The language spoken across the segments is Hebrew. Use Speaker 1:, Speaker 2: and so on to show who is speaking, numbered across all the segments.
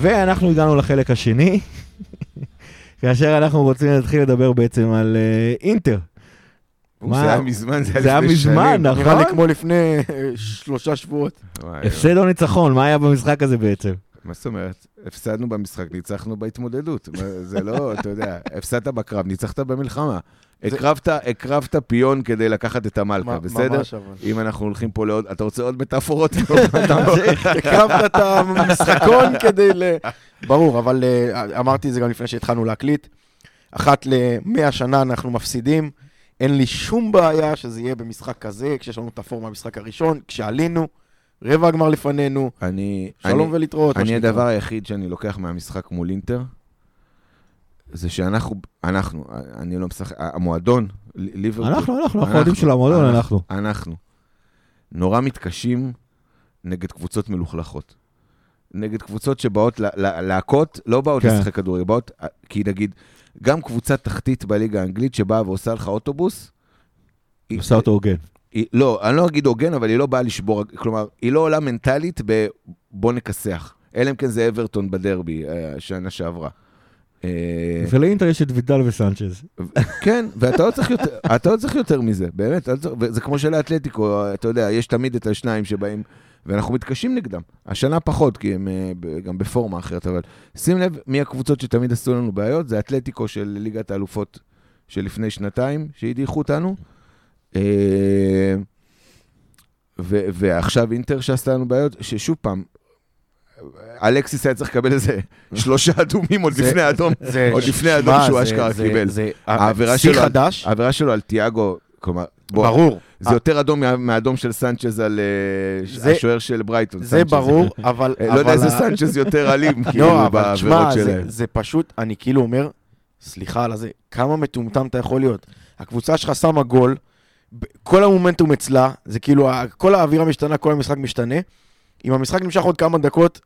Speaker 1: ואנחנו הגענו לחלק השני, כאשר אנחנו רוצים להתחיל לדבר בעצם על אה, אינטר. מה?
Speaker 2: זה היה מזמן, זה
Speaker 1: זה
Speaker 2: היה
Speaker 1: היה
Speaker 2: לפני שנים.
Speaker 1: מזמן, נכון?
Speaker 3: נראה לי כמו לפני אה, שלושה שבועות.
Speaker 2: וואי,
Speaker 1: הפסד או ניצחון, מה היה במשחק הזה בעצם?
Speaker 2: מה זאת אומרת? הפסדנו במשחק, ניצחנו בהתמודדות. מה, זה לא, אתה יודע, הפסדת בקרב, ניצחת במלחמה. הקרבת, הקרבת פיון כדי לקחת את המלכה,
Speaker 3: מ-
Speaker 2: בסדר?
Speaker 3: ממש אבל.
Speaker 2: אם אנחנו הולכים פה לעוד, אתה רוצה עוד מטאפורות?
Speaker 3: הקרבת את המשחקון כדי ל... ברור, אבל אה, אמרתי את זה גם לפני שהתחלנו להקליט. אחת ל-100 שנה אנחנו מפסידים. אין לי שום בעיה שזה יהיה במשחק כזה, כשיש לנו את הפורמה במשחק הראשון, כשעלינו, רבע הגמר לפנינו,
Speaker 2: אני...
Speaker 3: שלום ולהתראות. מה
Speaker 2: אני
Speaker 3: שנקרא.
Speaker 2: הדבר היחיד שאני לוקח מהמשחק מול אינטר, זה שאנחנו, אנחנו, אני לא משחק, המועדון, ל- ליברפול,
Speaker 1: אנחנו, אנחנו, אנחנו אוהדים של המועדון, אנחנו.
Speaker 2: אנחנו, נורא מתקשים נגד קבוצות מלוכלכות. נגד קבוצות שבאות ל- ל- להכות, לא באות
Speaker 1: כן.
Speaker 2: לשחק כדורגל, באות, אה, כי נגיד, גם קבוצה תחתית בליגה האנגלית שבאה ועושה לך אוטובוס, היא-
Speaker 1: עושה אותו הוגן.
Speaker 2: היא, לא, אני לא אגיד הוגן, אבל היא לא באה לשבור, כלומר, היא לא עולה מנטלית ב... בוא נכסח. אלא אם כן זה אברטון בדרבי, אה, שנה שעברה. אה,
Speaker 1: ולאינטר יש את וידל וסנצ'ז.
Speaker 2: כן, ואתה לא צריך יותר, אתה לא צריך יותר מזה, באמת. אתה לא צריך- וזה כמו שלאתלטיקו, אתה יודע, יש תמיד את השניים שבאים, ואנחנו מתקשים נגדם. השנה פחות, כי הם אה, ב- גם בפורמה אחרת, אבל שים לב מי הקבוצות שתמיד עשו לנו בעיות, זה אתלטיקו של ליגת האלופות של לפני שנתיים, שהדיחו אותנו. אה, ו- ועכשיו אינטר שעשתה לנו בעיות, ששוב פעם, אלקסיס היה צריך לקבל איזה שלושה אדומים עוד
Speaker 3: זה-
Speaker 2: לפני האדום.
Speaker 3: זה-
Speaker 2: עוד לפני האדום
Speaker 3: שמע,
Speaker 2: שהוא
Speaker 3: זה-
Speaker 2: אשכרה
Speaker 3: זה-
Speaker 2: קיבל.
Speaker 3: זה
Speaker 2: העבירה
Speaker 3: שיא
Speaker 2: שלו-
Speaker 3: חדש,
Speaker 2: העבירה שלו על תיאגו, כלומר, בוא,
Speaker 3: ברור.
Speaker 2: זה יותר אדום מה- מהאדום של סנצ'ז על אה, ש-
Speaker 3: זה-
Speaker 2: השוער של ברייטון.
Speaker 3: זה
Speaker 2: סנצ'ז.
Speaker 3: ברור, אבל...
Speaker 2: אה, לא יודע
Speaker 3: אבל
Speaker 2: איזה
Speaker 3: ה-
Speaker 2: סנצ'ז יותר אלים, כאילו,
Speaker 3: לא, אבל
Speaker 2: בעבירות
Speaker 3: תשמע, זה,
Speaker 2: שלהם.
Speaker 3: זה פשוט, אני כאילו אומר, סליחה על הזה, כמה מטומטם אתה יכול להיות. הקבוצה שלך שמה גול, ב- כל המומנטום אצלה, זה כאילו, ה- כל האווירה משתנה, כל המשחק משתנה. אם המשחק נמשך עוד כמה דקות,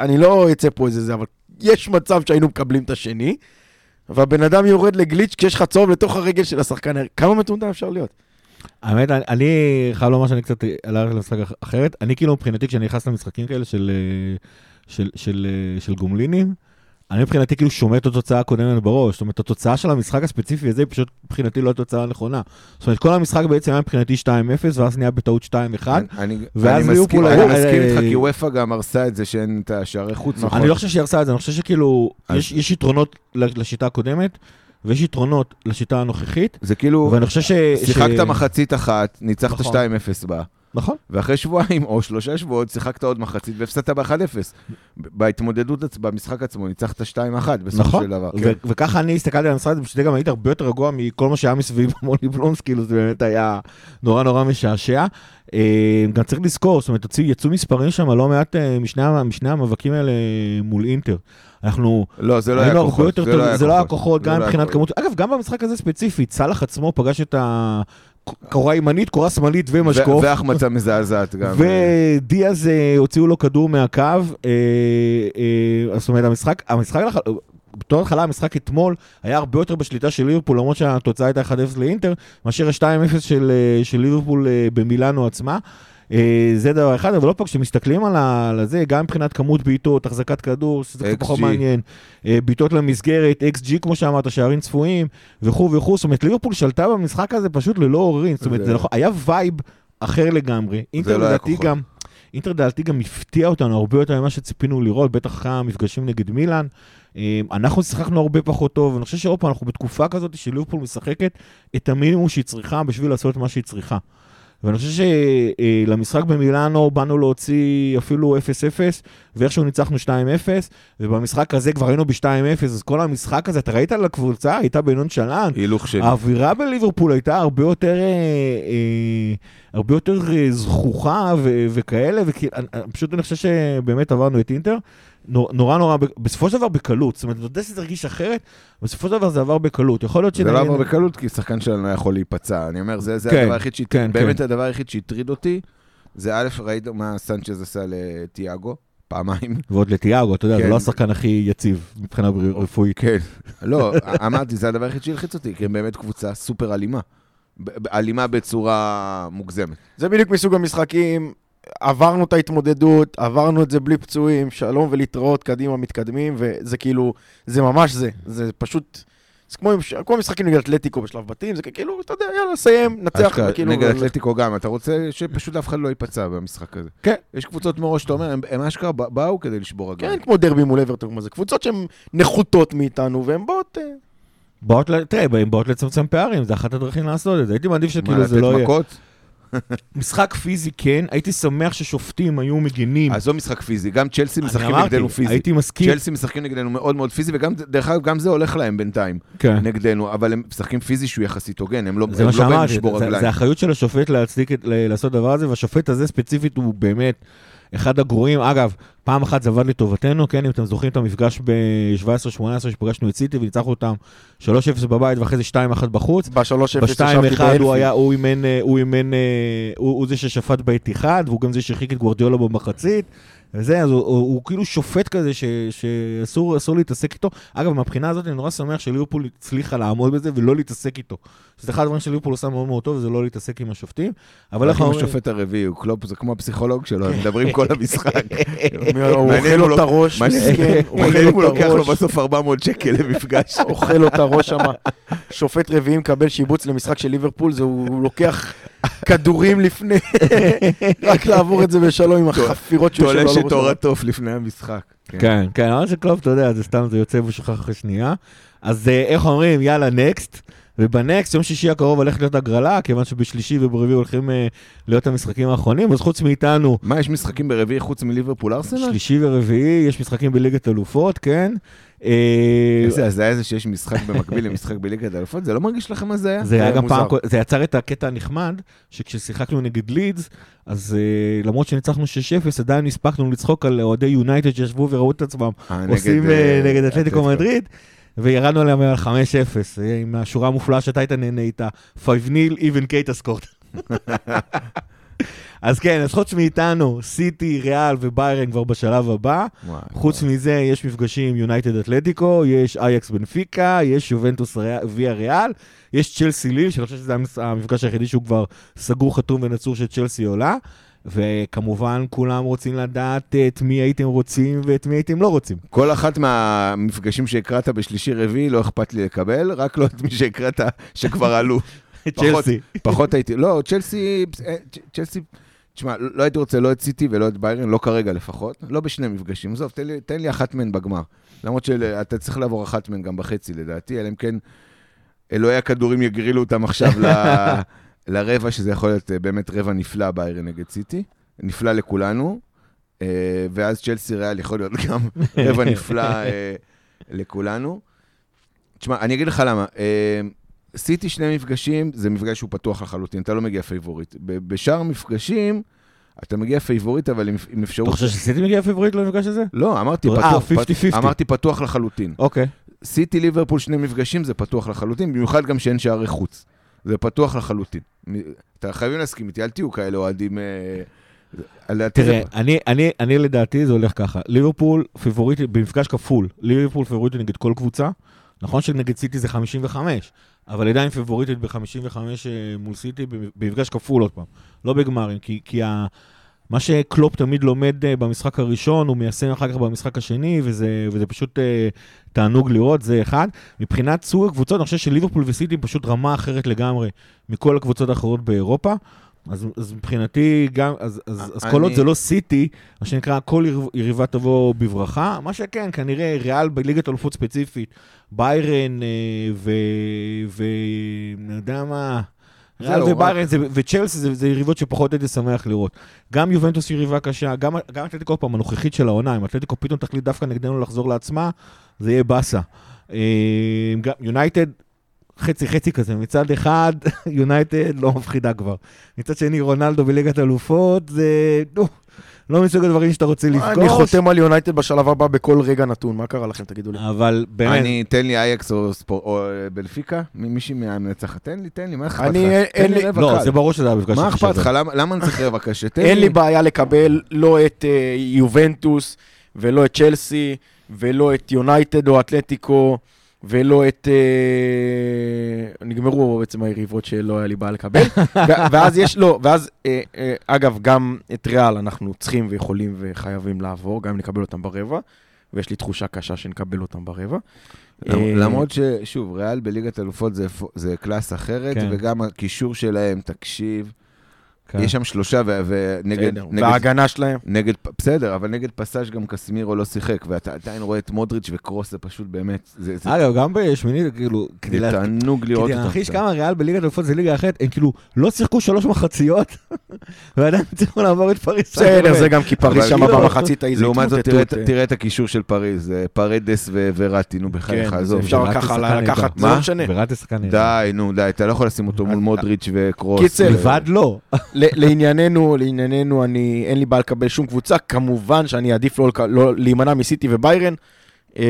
Speaker 3: אני לא אצא פה איזה זה, אבל יש מצב שהיינו מקבלים את השני, והבן אדם יורד לגליץ' כשיש לך צהוב לתוך הרגל של השחקן, כמה מטומטם אפשר להיות?
Speaker 1: האמת, אני- אני חייב לומר שאני קצת הלך למשחק אח- אחרת. אני כאילו מבחינתי, כשאני נכנס למשחקים כאלה של, אה, של, של, אה, של גומלינים, אני מבחינתי כאילו שומע את התוצאה הקודמת בראש. זאת אומרת, התוצאה של המשחק הספציפי הזה היא פשוט מבחינתי לא התוצאה הנכונה. זאת אומרת, כל המשחק בעצם היה מבחינתי 2-0, ואז נהיה בטעות 2-1.
Speaker 2: אני
Speaker 1: ואז
Speaker 2: אני
Speaker 1: ליברפול
Speaker 2: מסכים-
Speaker 1: היו-
Speaker 2: אני מסכים איתך,
Speaker 1: אה,
Speaker 2: כי וופא גם הרסה את זה שאין את השערי חוץ.
Speaker 1: אני לא חושב שהיא הרסה את זה, אני חושב שכאילו,
Speaker 2: נכון. אז-
Speaker 1: יש- יש יתרונות ל- לשיטה הקודמת, ויש יתרונות לשיטה הנוכחית,
Speaker 2: זה כאילו,
Speaker 1: ואני חושב ש...
Speaker 2: שיחקת
Speaker 1: ש-
Speaker 2: מחצית אחת, ניצחת
Speaker 1: אה, נכון.
Speaker 2: 2-0 בה,
Speaker 1: נכון.
Speaker 2: ואחרי שבועיים או שלושה שבועות שיחקת עוד מחצית והפסדת ב-1-0. בהתמודדות, עצ- במשחק עצמו, ניצחת 2-1 בסופו
Speaker 1: נכון,
Speaker 2: של דבר. כן.
Speaker 1: ו- וככה אני הסתכלתי על המשחק הזה, פשוט גם הייתי הרבה יותר רגוע מכל מה שהיה מסביב מולי בלומס, כאילו זה באמת היה נורא נורא משעשע. אה, גם צריך לזכור, זאת אומרת, יצאו- יצאו מספרים שם לא מעט אה, משני ה- משני המאבקים האלה מול אינטר. אנחנו
Speaker 2: לא, זה לא היה
Speaker 1: היינו הרבה
Speaker 2: כוחות.
Speaker 1: יותר טובים, זה לא היה
Speaker 2: כוחות.
Speaker 1: כוחות,
Speaker 2: זה
Speaker 1: גם
Speaker 2: לא היה
Speaker 1: מבחינת
Speaker 2: כוחות.
Speaker 1: כמות, אגב, גם במשחק הזה ספציפית, סאלח עצמו פגש את הקורה ימנית, קורה שמאלית ומשקוף.
Speaker 2: ו- והחמצה מזעזעת גם.
Speaker 1: ודיאז אה, הוציאו לו כדור מהקו, אה, אה, זאת אומרת, המשחק, המשחק, לח- בתור התחלה המשחק אתמול היה הרבה יותר בשליטה של ליברפול, למרות שהתוצאה הייתה 1-0 לאינטר, מאשר ה-2-0 של, אה, של ליברפול אה, במילאנו עצמה. אה, זה דבר אחד, אבל לא פה, כשמסתכלים על ה- על זה, גם מבחינת כמות בעיטות, החזקת כדור, שזה קצת
Speaker 2: XG.
Speaker 1: פחות מעניין, אה, בעיטות למסגרת, XG כמו שאמרת, שערים צפויים, וכו' וכו', זאת אומרת, ליברפול שלטה במשחק הזה פשוט ללא עוררין, זאת אומרת,
Speaker 2: זה-
Speaker 1: זה נכון, היה וייב אחר לגמרי. אינטר
Speaker 2: לא היה
Speaker 1: לדעתי
Speaker 2: כוחות.
Speaker 1: גם, אינטר לדעתי גם הפתיע אותנו הרבה יותר ממה שציפינו לראות, בטח אחרי המפגשים נגד מילאן. אה, אנחנו שיחקנו הרבה פחות טוב, אני חושב שעוד פעם, אנחנו בתקופה כזאת שליברפול משחקת את המינימום שהיא צריכה בשביל לעשות את מה שהיא צריכה. ואני חושב שלמשחק במילאנו באנו להוציא אפילו 0-0, ואיכשהו ניצחנו 2-0, ובמשחק הזה כבר היינו ב-2-0, אז כל המשחק הזה, אתה ראית על הקבוצה? הייתה בנונשלנט,
Speaker 2: הילוך שני.
Speaker 1: האווירה בליברפול הייתה הרבה יותר, אה, אה, הרבה יותר אה, זכוכה ו- וכאלה, ופשוט אני חושב שבאמת עברנו את אינטר. נור- נורא נורא, ב- בסופו של דבר בקלות, זאת אומרת, אתה יודע שזה הרגיש אחרת, בסופו של דבר זה עבר בקלות. יכול להיות
Speaker 2: זה
Speaker 1: שנגיד...
Speaker 2: לא עבר בקלות, כי שחקן שלנו היה יכול להיפצע. אני אומר, זה זה
Speaker 1: כן,
Speaker 2: הדבר היחיד, שהט-
Speaker 1: כן,
Speaker 2: באמת
Speaker 1: כן.
Speaker 2: הדבר היחיד שהטריד אותי, זה א', ראית מה סנצ'ז עשה לתיאגו, פעמיים.
Speaker 1: ועוד לתיאגו, אתה יודע,
Speaker 2: כן.
Speaker 1: זה לא השחקן הכי יציב מבחינה בריא- רפואית.
Speaker 2: כן. לא, אמרתי, זה הדבר היחיד שהלחיץ אותי, כי הם באמת קבוצה סופר אלימה. ב- ב- אלימה בצורה מוגזמת.
Speaker 3: זה בדיוק מסוג המשחקים, עברנו את ההתמודדות, עברנו את זה בלי פצועים, שלום ולהתראות, קדימה, מתקדמים, וזה כאילו, זה ממש זה, זה פשוט, זה כמו, עם- כמו משחקים נגד אתלטיקו בשלב בתים, זה כאילו, אתה יודע, יאללה, סיים, נצח,
Speaker 2: אשכרה,
Speaker 1: כאילו-
Speaker 3: וכאילו,
Speaker 2: נגד
Speaker 3: ו-
Speaker 2: אתלטיקו גם, אתה רוצה שפשוט אף אחד לא ייפצע במשחק הזה.
Speaker 1: כן.
Speaker 2: יש קבוצות מראש, אתה אומר, הם- הם אשכרה ב- באו כדי לשבור רגליים.
Speaker 3: כן, כמו דרבי מול אברטון, כמו זה קבוצות שהן נחותות מאיתנו, והן באות... אה,
Speaker 1: באות, ל- תראה, הן באות לצמצם פערים, זה אחת הדרכים לעשות את זה. הייתי מעדיף שכאילו זה לא
Speaker 2: מה, לתת
Speaker 1: יהיה.
Speaker 2: מכות?
Speaker 1: משחק פיזי כן, הייתי שמח ששופטים היו מגינים.
Speaker 2: עזוב משחק פיזי, גם צ'לסי
Speaker 1: אני
Speaker 2: משחקים
Speaker 1: אמרתי,
Speaker 2: נגדנו פיזי.
Speaker 1: הייתי מסכים.
Speaker 2: צ'לסי משחקים נגדנו מאוד מאוד פיזי, וגם, דרך אגב, גם זה הולך להם בינתיים,
Speaker 1: כן.
Speaker 2: נגדנו, אבל הם משחקים פיזי שהוא יחסית הוגן, הם לא
Speaker 1: זה
Speaker 2: הם
Speaker 1: מה
Speaker 2: לא באים
Speaker 1: שאמרתי,
Speaker 2: לשבור
Speaker 1: זה- זה
Speaker 2: רגליים.
Speaker 1: האחריות של השופט להצדיק, את- ל- לעשות דבר הזה, והשופט הזה ספציפית הוא באמת אחד הגרועים. אגב, פעם אחת זה עבד לטובתנו, כן, אם אתם זוכרים את המפגש ב-17-18 שפגשנו את סיטי וניצחנו אותם 3-0 בבית ואחרי זה 2-1 בחוץ.
Speaker 3: ב-3-0
Speaker 1: ב-2-1 הוא היה, הוא אימן, אה, הוא אימן, אה, הוא הוא זה ששפט באתיחד, והוא גם זה שהרחיק את גוורדיולה במחצית. וזה, אז הוא, הוא, הוא כאילו שופט כזה ש, שאסור אסור להתעסק איתו. אגב, מהבחינה הזאת אני נורא שמח שליברפול הצליחה לעמוד בזה ולא להתעסק איתו. שזה אחד הדברים שליברפול עושה מאוד מאוד טוב, זה לא להתעסק עם השופטים. אבל איך
Speaker 2: אנחנו
Speaker 1: אומרים...
Speaker 2: השופט הרביעי, הוא קלופ, זה כמו הפסיכולוג שלו, הם מדברים כל המשחק.
Speaker 1: כן.
Speaker 3: הוא
Speaker 2: מעניין אם
Speaker 3: אוכל לו
Speaker 2: הוא
Speaker 3: את הראש, מסכן,
Speaker 2: מעניין אם הוא לוקח לו
Speaker 3: הראש.
Speaker 2: בסוף 400 שקל למפגש.
Speaker 3: אוכל לו את הראש שם. שופט רביעי מקבל שיבוץ למשחק של ליברפול, זה הוא הוא לוקח כדורים לפני, רק לעבור את זה בשלום עם החפירות שהוא
Speaker 2: תולש
Speaker 1: לא
Speaker 3: יושב
Speaker 2: את אור התוף לפני המשחק.
Speaker 1: כן, כן, אבל שקלופ, אתה יודע, זה סתם, זה יוצא והוא שוכח אחרי שנייה. אז אה, איך אומרים, יאללה, נקסט. ובנקסט, יום שישי הקרוב הולכת להיות הגרלה, כיוון שבשלישי וברביעי הולכים אה, להיות המשחקים האחרונים, אז חוץ מאיתנו,
Speaker 2: מה, יש משחקים ברביעי חוץ מליברפול ארסנל?
Speaker 1: שלישי ורביעי, יש משחקים בליגת אלופות, כן? אה,
Speaker 2: איזה הזיה זה שיש משחק במקביל למשחק בליגת האלופות? זה לא מרגיש לכם הזיה?
Speaker 1: זה היה גם
Speaker 3: מוזר.
Speaker 1: פעם, כל- זה יצר את הקטע הנחמד, שכששיחקנו נגד לידס, אז אה, למרות שניצחנו 6-0, עדיין הספקנו לצחוק על אוהדי יונייטד שישבו וראו את עצמם
Speaker 2: אה, נגד,
Speaker 1: עושים
Speaker 2: אה,
Speaker 1: אה, נגד אתלטיקו מדריד, וירדנו עליהם על 5-0, אה, עם השורה המופלאה שאתה היית נהנה איתה, 5 ניל, even קייטה סקורט. אז כן, אז חוץ מאיתנו, סיטי, ריאל וביירן כבר בשלב הבא.
Speaker 2: וואי,
Speaker 1: חוץ מזה, יש מפגשים עם יונייטד אתלטיקו, יש אייקס בנפיקה, יש יובנטוס ריאל- ויה ריאל, יש צ'לסי ליל, שאני חושב שזה המס- המפגש היחידי שהוא כבר סגור, חתום ונצור שצ'לסי עולה. וכמובן, כולם רוצים לדעת אה, את מי הייתם רוצים ואת מי הייתם לא רוצים.
Speaker 2: כל אחת מהמפגשים שהקראת בשלישי רביעי לא אכפת לי לקבל, רק לא את מי שהקראת שכבר עלו. פחות-
Speaker 1: צ'לסי.
Speaker 2: פחות הייתי, לא, צ'לסי, אה, צ'- צ'לסי, תשמע, לא לא הייתי רוצה לא את סיטי ולא את ביירן, לא כרגע לפחות, לא בשני מפגשים, עזוב, תן לי- תן לי אחת מהן בגמר. למרות שאתה צריך לעבור אחת מהן גם בחצי לדעתי, אלא אם כן אלוהי הכדורים יגרילו אותם עכשיו ל- לרבע, שזה יכול להיות אה, באמת רבע נפלא ביירן נגד סיטי, נפלא לכולנו, אה, ואז צ'לסי ריאל יכול להיות גם רבע נפלא אה, לכולנו. תשמע, אני אגיד לך למה. אה, סיטי שני מפגשים, זה מפגש שהוא פתוח לחלוטין, אתה לא מגיע פייבוריט. ב- בשאר המפגשים, אתה מגיע פייבוריט, אבל עם, עם
Speaker 1: אתה
Speaker 2: אפשרות...
Speaker 1: חושב שסיטי מגיע פיבורית למפגש הזה?
Speaker 2: לא, אמרתי
Speaker 1: אה,
Speaker 2: פתוח,
Speaker 1: 50-50.
Speaker 2: אמרתי פתוח לחלוטין.
Speaker 1: אוקיי.
Speaker 2: סיטי ליברפול שני מפגשים זה פתוח לחלוטין, במיוחד גם שאין שערי חוץ. זה פתוח לחלוטין. מ- אתה חייבים להסכים איתי, אל תהיו כאלה אוהדים... אה, על הדרך.
Speaker 1: תראה, אני- אני- אני לדעתי זה הולך ככה. ליברפול פיבוריטי במפגש כפול. ליברפול פיבוריטי נגד כל קבוצה. נכון שנגד סיטי זה 55, אבל עדיין פיבוריטית ב-55 אה, מול סיטי במ- במפגש כפול עוד פעם. לא בגמרים, כי, כי ה... מה שקלופ תמיד לומד אה, במשחק הראשון, הוא מיישם אחר כך במשחק השני, וזה, וזה פשוט אה, תענוג לראות, זה אחד. מבחינת סוג הקבוצות, אני חושב שליברפול וסיטי פשוט רמה אחרת לגמרי מכל הקבוצות האחרות באירופה. אז, אז מבחינתי, גם, אז, אז, אז כל
Speaker 2: אני-
Speaker 1: עוד זה לא סיטי, מה שנקרא, כל יריב- יריבה תבוא בברכה. מה שכן, כנראה ריאל בליגת אלופות ספציפית, ביירן אה, ו... ו... אני יודע מה... ריאל
Speaker 2: זהו,
Speaker 1: וביירן זה- וצ'לסי זה, זה יריבות שפחות הייתי שמח לראות. גם יובנטוס היא יריבה קשה, גם, גם אתלטיקו, עוד פעם, הנוכחית של העונה, אם אתלטיקו פתאום תחליט דווקא נגדנו לחזור לעצמה, זה יהיה באסה. אה, גם יונייטד, חצי חצי כזה, מצד אחד יונייטד לא מפחידה כבר. מצד שני רונלדו בליגת אלופות, זה נו, לא מסוג הדברים שאתה רוצה
Speaker 3: אני
Speaker 1: לפגוש.
Speaker 3: חותם על יונייטד בשלב הבא בכל רגע נתון, מה קרה לכם, תגידו לי?
Speaker 1: אבל באמת,
Speaker 2: אני, תן לי אייקס או, ספור, או אה, בנפיקה, מ- מישהי מהמנצחת, תן לי, תן לי, מה אכפת לך?
Speaker 3: אני- אין-
Speaker 2: תן
Speaker 3: אין לי-
Speaker 2: רבע
Speaker 1: לא,
Speaker 2: קל.
Speaker 1: זה ברור שזה המפגש
Speaker 2: מה
Speaker 1: הכי
Speaker 2: אכפת
Speaker 1: שווה.
Speaker 2: לך? למה למה אני צריך רבע קשה? תן
Speaker 3: אין לי בעיה לקבל לא את אה, יובנטוס ולא את צ'לסי ולא את יונייטד או אתלטיקו ולא את... אה, נגמרו בעצם היריבות שלא היה לי בעיה לקבל. ו- ואז יש, לא, ואז, אה, אה, אגב, גם את ריאל אנחנו צריכים ויכולים וחייבים לעבור, גם אם נקבל אותם ברבע, ויש לי תחושה קשה שנקבל אותם ברבע. אה,
Speaker 2: למ- למרות ששוב, ריאל בליגת אלופות זה, פו- זה קלאס אחרת,
Speaker 1: כן.
Speaker 2: וגם הקישור שלהם, תקשיב,
Speaker 1: כן.
Speaker 2: יש שם שלושה, ו- ונגד...
Speaker 3: בסדר.
Speaker 2: נגד-
Speaker 3: וההגנה שלהם,
Speaker 2: נגד, פ- בסדר, אבל נגד פסאז' גם קסמירו לא שיחק, ואתה עדיין רואה את מודריץ' וקרוס, זה פשוט באמת, זה
Speaker 3: אה,
Speaker 2: זה-
Speaker 1: אגב, גם בשמינית, כאילו, כדי
Speaker 2: זה
Speaker 1: לה-
Speaker 2: תענוג לראות
Speaker 1: כדי
Speaker 2: אותם. כן.
Speaker 1: להמחיש כמה ריאל בליגת אלופות זה ליגה אחרת, הם כאילו לא שיחקו שלוש מחציות, ועדיין צריכו לעבור את פריס.
Speaker 3: בסדר, לא. זה
Speaker 1: סן-ג'רמן.
Speaker 3: גם כי פריז
Speaker 2: אבל
Speaker 3: שם
Speaker 2: כאילו,
Speaker 3: במחצית ההיא, זה
Speaker 2: לעומת זאת, תראה את-
Speaker 3: התמוטטות, אה.
Speaker 2: תראה את הקישור של פריז, זה פרדס ו- וראטי, נו בחייך,
Speaker 3: כן,
Speaker 2: עזוב.
Speaker 3: זה אפשר
Speaker 1: וראטי
Speaker 3: ככה
Speaker 1: שחקן
Speaker 3: לקחת,
Speaker 1: נהדר.
Speaker 3: זה לא
Speaker 2: מה?
Speaker 3: משנה.
Speaker 1: וראטי שחקן נהדר.
Speaker 2: די, נו, די, אתה לא יכול לשים אותו מול מודריץ' וקרוס. אה,
Speaker 3: קיצר,
Speaker 1: לבד לא.
Speaker 3: ל- לענייננו, לענייננו, אני, אין לי בעיה לקבל שום קבוצה, כמובן שאני אעדיף לא, לק- לא להימנע מסיטי וביירן, אמ,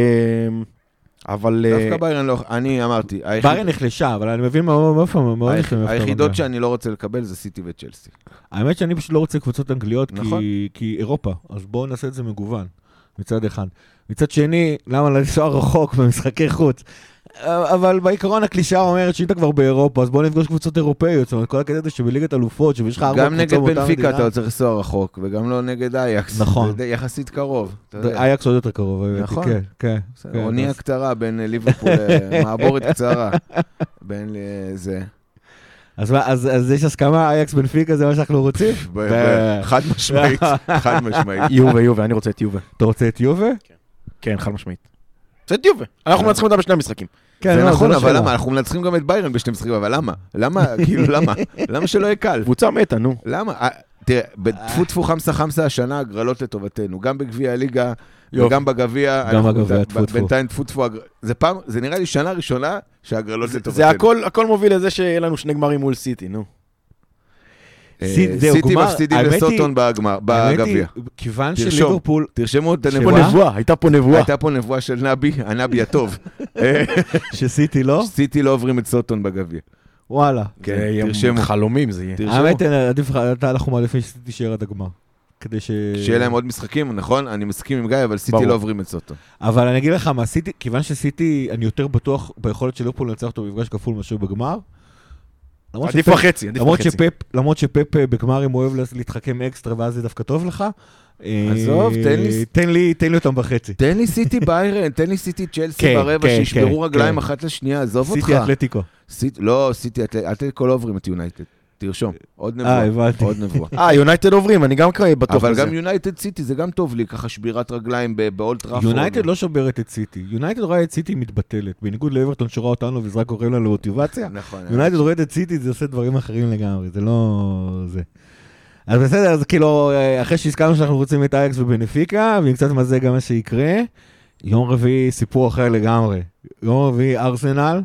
Speaker 3: אבל... אה,
Speaker 2: דווקא ביירן לא... אני אמרתי, היחיד-
Speaker 1: ברן נחלשה, אבל אני מבין מה- מאיפה מאוד
Speaker 2: היח-
Speaker 1: נחלשה.
Speaker 2: היחידות שאני לא רוצה לקבל זה סיטי וצ'לסי.
Speaker 1: האמת שאני פשוט לא רוצה קבוצות אנגליות, כי-
Speaker 2: נכון.
Speaker 1: כי אירופה, אז בואו נעשה את זה מגוון, מצד אחד. מצד שני, למה לנסוע רחוק במשחקי חוץ? אבל בעיקרון הקלישאה אומרת שאם אתה כבר באירופה, אז בוא נפגוש קבוצות אירופאיות, זאת אומרת, כל הקטע הזה שבליגת אלופות, שיש לך ארבע
Speaker 2: גם נגד
Speaker 1: קבוצות באותה
Speaker 2: בנפיקה
Speaker 1: מדינה.
Speaker 2: אתה צריך לנסוע רחוק, וגם לא נגד אייקס.
Speaker 1: נכון.
Speaker 2: זה יחסית קרוב. אתה יודע.
Speaker 1: אייקס עוד יותר קרוב, האמת,
Speaker 2: נכון.
Speaker 1: כן, כן.
Speaker 2: בסדר,
Speaker 1: כן,
Speaker 2: אונייה
Speaker 1: אז-
Speaker 2: קצרה בין אה, ליברפול, אה, מעבורת קצרה. בין אה, זה.
Speaker 1: אז מה, אז אז יש הסכמה, אייקס בנפיקה זה מה שאנחנו רוצים?
Speaker 2: ב- ב- חד משמעית, חד משמעית.
Speaker 3: יובה, יובה, אני רוצה את יובה.
Speaker 1: אתה רוצה את יובה?
Speaker 3: כן, חד משמעית. רוצה את יובה.
Speaker 2: אה.
Speaker 3: אנחנו מנצחים אותה בשני המשחקים.
Speaker 1: כן,
Speaker 2: זה
Speaker 1: לא,
Speaker 2: נכון,
Speaker 1: לא
Speaker 2: אבל
Speaker 1: שאלה.
Speaker 2: למה? אנחנו מנצחים גם את ביירן בשני משחקים, אבל למה? למה, כאילו, למה? למה שלא יהיה קל?
Speaker 3: קבוצה מתה, נו.
Speaker 2: למה? אה, תראה, בטפו טפו חמסה חמסה השנה הגרלות לטובתנו, גם בגביע הליגה
Speaker 3: יופי.
Speaker 2: וגם בגביע.
Speaker 1: גם
Speaker 2: אנחנו-
Speaker 1: בגביע,
Speaker 2: ב-
Speaker 1: טפו טפו.
Speaker 2: בינתיים טפו טפו, הגר- זה פעם, זה נראה לי שנה ראשונה שהגרלות
Speaker 3: זה-
Speaker 2: לטובתנו.
Speaker 3: זה הכל, הכל מוביל לזה שיהיה לנו שני גמרים מול סיטי, נו.
Speaker 2: אה,
Speaker 1: סי- זהו,
Speaker 2: סיטי
Speaker 1: גמר.
Speaker 2: מפסידים
Speaker 1: האמת היא-
Speaker 2: לסוטון בגמר,
Speaker 1: האמת היא,
Speaker 2: לא בגביע.
Speaker 1: כיוון
Speaker 2: תרשום.
Speaker 1: שליברפול,
Speaker 2: תרשמו את
Speaker 1: שמה?
Speaker 2: הנבואה.
Speaker 3: נבואה, הייתה פה נבואה.
Speaker 2: הייתה פה נבואה של נבי, הנבי הטוב. אה,
Speaker 1: שסיטי לא,
Speaker 2: סיטי לא עוברים את סוטון בגביע.
Speaker 1: וואלה.
Speaker 2: כן,
Speaker 3: זה יהיה
Speaker 2: תרשמו.
Speaker 3: חלומים זה יהיה.
Speaker 2: תרשמו.
Speaker 1: האמת, אה, עדיף לך, אתה- אנחנו מעדיפים שסיטי תישאר עד הגמר. כדי ש...
Speaker 2: שיהיה להם עוד משחקים, נכון? אני מסכים עם גיא, אבל סיטי
Speaker 3: ברור.
Speaker 2: לא עוברים את סוטון.
Speaker 1: אבל אני אגיד לך מה, סיטי, כיוון שסיטי, אני יותר בטוח ביכולת של ליברפול לנצח אותו במפגש כפול מאשר בגמר. למרות
Speaker 3: עדיף
Speaker 1: שפפ-
Speaker 3: בחצי, עדיף
Speaker 1: למרות
Speaker 3: בחצי.
Speaker 1: שפפ, למרות שפפ אה, בגמרים הוא אוהב לה- להתחכם אקסטרה ואז זה דווקא טוב לך. אה,
Speaker 2: עזוב, תן לי-
Speaker 1: תן לי, תן לי אותם בחצי.
Speaker 2: תן לי סיטי ביירן, תן לי סיטי צ'לסי
Speaker 1: כן, כן,
Speaker 2: ברבע, שישברו
Speaker 1: כן,
Speaker 2: רגליים
Speaker 1: כן.
Speaker 2: אחת לשנייה, עזוב אותך.
Speaker 1: סיטי אתלטיקו.
Speaker 2: סיט- לא, סיטי אתל- אתלטיקו לא עוברים את יונייטד. תרשום,
Speaker 1: אה,
Speaker 2: עוד נבואה.
Speaker 1: הבנתי.
Speaker 2: עוד נבואה.
Speaker 3: אה, יונייטד עוברים, אני גם כרגע בטוח
Speaker 2: אבל
Speaker 3: בזה.
Speaker 2: גם יונייטד סיטי, זה גם טוב לי, ככה שבירת רגליים ב- באולט טראפורד.
Speaker 1: יונייטד לא שוברת את סיטי. יונייטד רואה את סיטי מתבטלת. בניגוד לאברטון שראה אותנו וזרק קוראים לה למוטיבציה.
Speaker 2: נכון.
Speaker 1: יונייטד לא- רואה את סיטי, זה עושה דברים אחרים לגמרי, זה לא... זה. אז בסדר, אז כאילו, אה, אחרי שהזכרנו שאנחנו רוצים את אייקס ובנפיקה, ועם קצת מזה גם מה שיקרה, יום רביעי סיפור אחר לגמרי. יום רביעי ארסנל.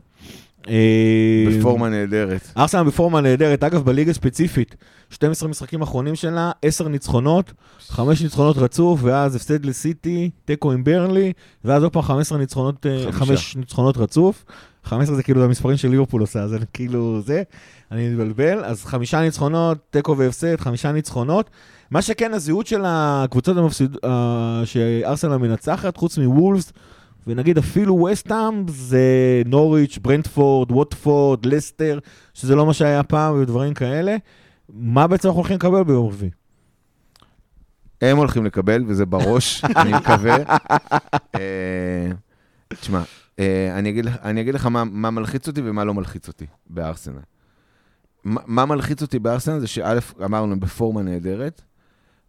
Speaker 1: אה,
Speaker 2: בפורמה נהדרת.
Speaker 1: ארסנל בפורמה נהדרת, אגב, בליגה ספציפית, 12 משחקים אחרונים שלה, 10 ניצחונות, 5 ניצחונות רצוף, ואז הפסד לסיטי, תיקו עם ברנלי, ואז עוד פעם 15 ניצחונות, אה,
Speaker 2: חמישה.
Speaker 1: חמש ניצחונות רצוף. 15 זה כאילו המספרים של ליברפול עושה, אז אני כאילו זה, אני מתבלבל. אז חמישה ניצחונות, תיקו והפסד, חמישה ניצחונות. מה שכן, הזהות של הקבוצות המפסיד... אה, שארסנל מנצחת, חוץ מוולפס, ונגיד אפילו וסטאם, זה נוריץ', ברנדפורד, ווטפורד, לסטר, שזה לא מה שהיה פעם ודברים כאלה. מה בעצם אנחנו הולכים לקבל ביום רביעי?
Speaker 2: הם הולכים לקבל, וזה בראש, אני מקווה. אה, תשמע, אה, אני אגיד לך- אני אגיד לך מה- מה מלחיץ אותי ומה לא מלחיץ אותי בארסנל. מה- מה מלחיץ אותי בארסנל זה שא', אמרנו, בפורמה נהדרת,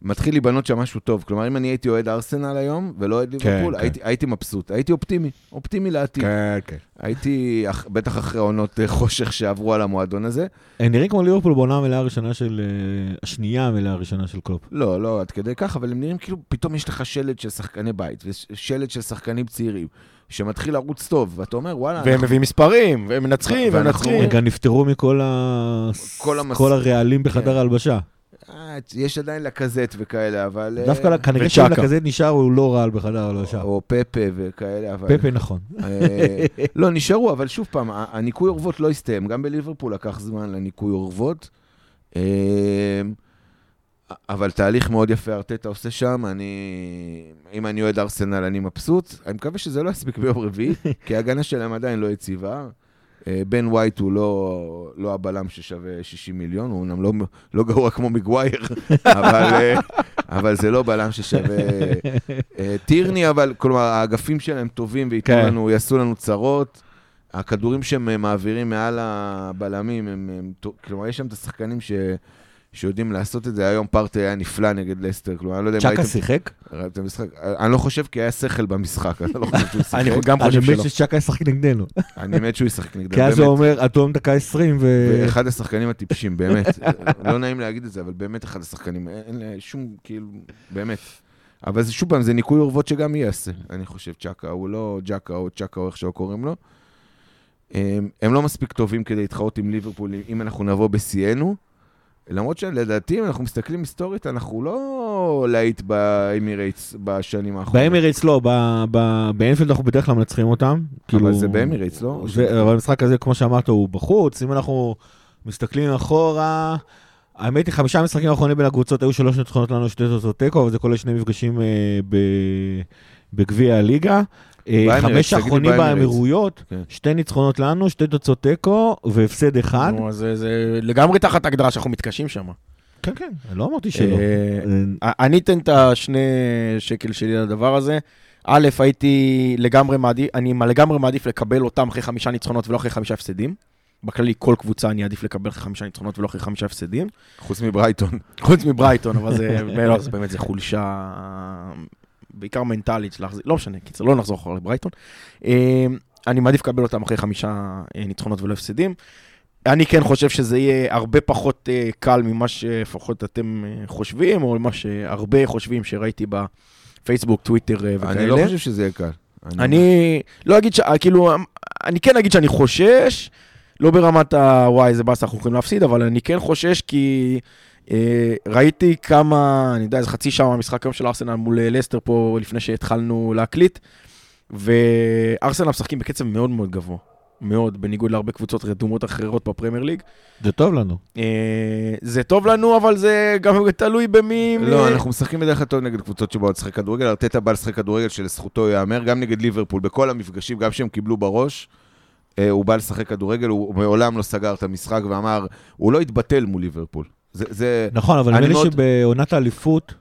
Speaker 2: מתחיל להיבנות שם משהו טוב. כלומר, אם אני הייתי אוהד ארסנל היום ולא אוהד ליברפול,
Speaker 1: כן.
Speaker 2: הייתי- הייתי מבסוט, הייתי אופטימי, אופטימי לעתיד.
Speaker 1: כן, כן.
Speaker 2: הייתי, אח- בטח אחרי עונות אה, חושך שעברו על המועדון הזה,
Speaker 1: הם נראים כמו ליברפול בעונה המלאה הראשונה של... אה, השנייה המלאה הראשונה של קלופ.
Speaker 2: לא, לא עד כדי כך, אבל הם נראים כאילו, פתאום יש לך שלד של שחקני בית, ושלד של שחקנים צעירים, שמתחיל לרוץ טוב, ואתה אומר, וואלה,
Speaker 3: והם
Speaker 2: אנחנו-
Speaker 3: מביאים מספרים, והם מנצחים, והם
Speaker 2: ואנחנו-
Speaker 3: מנצחים.
Speaker 1: הם גם נפטרו מכל ה...
Speaker 2: כל המס-
Speaker 1: כל הרעלים בחדר
Speaker 2: כן.
Speaker 1: ההלבשה.
Speaker 2: אה, יש עדיין לקזט וכאלה, אבל... אה,
Speaker 1: דווקא כנראה שאם
Speaker 3: וצ'אקה.
Speaker 1: לכזה נשאר הוא לא רעל בחדר ההלבשה.
Speaker 2: או פפה וכאלה, אבל...
Speaker 1: פפה נכון.
Speaker 2: אה, לא, נשארו, אבל שוב פעם, ה- הניקוי אורוות לא הסתיים. גם בליברפול לקח זמן לניקוי אורוות. אה, אבל תהליך מאוד יפה ארטטה עושה שם, אני... אם אני אוהד ארסנל, אני מבסוט. אני מקווה שזה לא יספיק ביום רביעי, כי ההגנה שלהם עדיין לא יציבה. אה, בן ווייט הוא לא, לא הבלם ששווה 60 מיליון, הוא אומנם לא, לא גרוע כמו מגווייר, אבל, אה, אבל זה לא בלם ששווה... אה, טירני, אבל כלומר, האגפים שלהם טובים וייתנו
Speaker 1: כן.
Speaker 2: לנו, יעשו לנו צרות. הכדורים שהם אה, מעבירים מעל הבלמים, הם, הם, טו- כלומר, יש שם את השחקנים ש... שיודעים לעשות את זה. היום פרטי היה נפלא נגד לסטר, כלומר, אני לא יודע אם
Speaker 1: צ'קה
Speaker 2: ראיתם
Speaker 1: שיחק?
Speaker 2: ראיתם את המשחק. אני לא חושב כי היה שכל במשחק, אז אני לא חושב שהוא שיחק.
Speaker 3: אני גם
Speaker 1: אני
Speaker 3: חושב שלא.
Speaker 1: מת שצ'קה ישחק נגדנו.
Speaker 2: אני מת שהוא ישחק נגדם,
Speaker 1: כי אז זה
Speaker 2: באמת.
Speaker 1: אומר, עד תום דקה 20 ו...
Speaker 2: אחד השחקנים הטיפשים, באמת. לא נעים להגיד את זה, אבל באמת אחד השחקנים. אין לה שום, כאילו, באמת. אבל זה שוב פעם, זה ניקוי אורוות שגם מי יעשה, אני חושב, צ'אקה, הוא לא ג'אקה או צ'אקה או איך שלא קוראים לו. הם, הם לא מספיק טובים כדי להתחרות עם ליברפול, אם אנחנו נבוא בשיאנו. למרות שלדעתי, אם אנחנו מסתכלים היסטורית, אנחנו לא להיט באמירייטס בשנים האחרונות.
Speaker 1: באמירייטס לא, ב- ב- באנפילד אנחנו בדרך כלל מנצחים אותם.
Speaker 2: אבל
Speaker 1: כאילו-
Speaker 2: זה באמירייטס, לא?
Speaker 1: זה- אבל המשחק הזה, כמו שאמרת, הוא בחוץ. אם אנחנו מסתכלים אחורה, האמת היא, חמישה משחקים האחרונים בין הקבוצות היו שלוש ניצחונות לנו, שתי תוצאות תיקו, אבל זה כולל שני מפגשים אה, ב- בגביע הליגה. אה,
Speaker 2: באמירייטס,
Speaker 1: חמש
Speaker 2: תגיד לי
Speaker 1: האחרונים
Speaker 2: באמירייטס.
Speaker 1: באמירויות,
Speaker 2: כן.
Speaker 1: שתי ניצחונות לנו, שתי תוצאות תיקו והפסד אחד.
Speaker 3: נו, אז זה- זה לגמרי תחת ההגדרה שאנחנו מתקשים שם.
Speaker 1: כן, כן, לא אמרתי שלא.
Speaker 3: אה,
Speaker 1: אה,
Speaker 3: אני אתן את השני שקל שלי לדבר הזה. א', הייתי לגמרי מעדיף, אני לגמרי מעדיף לקבל אותם אחרי חמישה ניצחונות ולא אחרי חמישה הפסדים. בכללי, כל קבוצה אני אעדיף לקבל אחרי חמישה ניצחונות ולא אחרי חמישה הפסדים.
Speaker 2: חוץ מברייטון.
Speaker 3: חוץ מברייטון, אבל זה, לא, זה באמת, זה חולשה, בעיקר מנטלית של להחזיק, לא משנה, קיצר, לא נחזור אחורה לברייטון. אה, אני מעדיף לקבל אותם אחרי חמישה אה, ניצחונות ולא הפסדים. אני כן חושב שזה יהיה הרבה פחות אה, קל ממה שלפחות אתם אה, חושבים, או ממה שהרבה חושבים שראיתי בפייסבוק, טוויטר אה, וכאלה.
Speaker 2: אני לא חושב שזה יהיה קל.
Speaker 3: אני לא אגיד ש... כאילו, אני כן אגיד שאני חושש, לא ברמת ה... וואי, זה באסה, אנחנו יכולים להפסיד, אבל אני כן חושש כי אה, ראיתי כמה, אני יודע, איזה חצי שעה מהמשחק היום של ארסנל מול אה, לסטר פה, לפני שהתחלנו להקליט, וארסנל משחקים בקצב מאוד מאוד גבוה. מאוד, בניגוד להרבה קבוצות רדומות אחרות בפרמייר ליג.
Speaker 1: זה טוב לנו.
Speaker 3: אה, זה טוב לנו, אבל זה גם תלוי במי...
Speaker 2: לא,
Speaker 3: מי-
Speaker 2: אנחנו משחקים בדרך כלל טוב נגד קבוצות שבאות לשחק כדורגל. ארטטה בא לשחק כדורגל שלזכותו ייאמר, גם נגד ליברפול, בכל המפגשים, גם שהם קיבלו בראש, אה, הוא בא לשחק כדורגל, הוא מעולם לא סגר את המשחק ואמר, הוא לא התבטל מול ליברפול. זה, זה
Speaker 1: נכון, אבל
Speaker 2: אני
Speaker 1: נראה לי
Speaker 2: מאוד-
Speaker 1: שבעונת האליפות,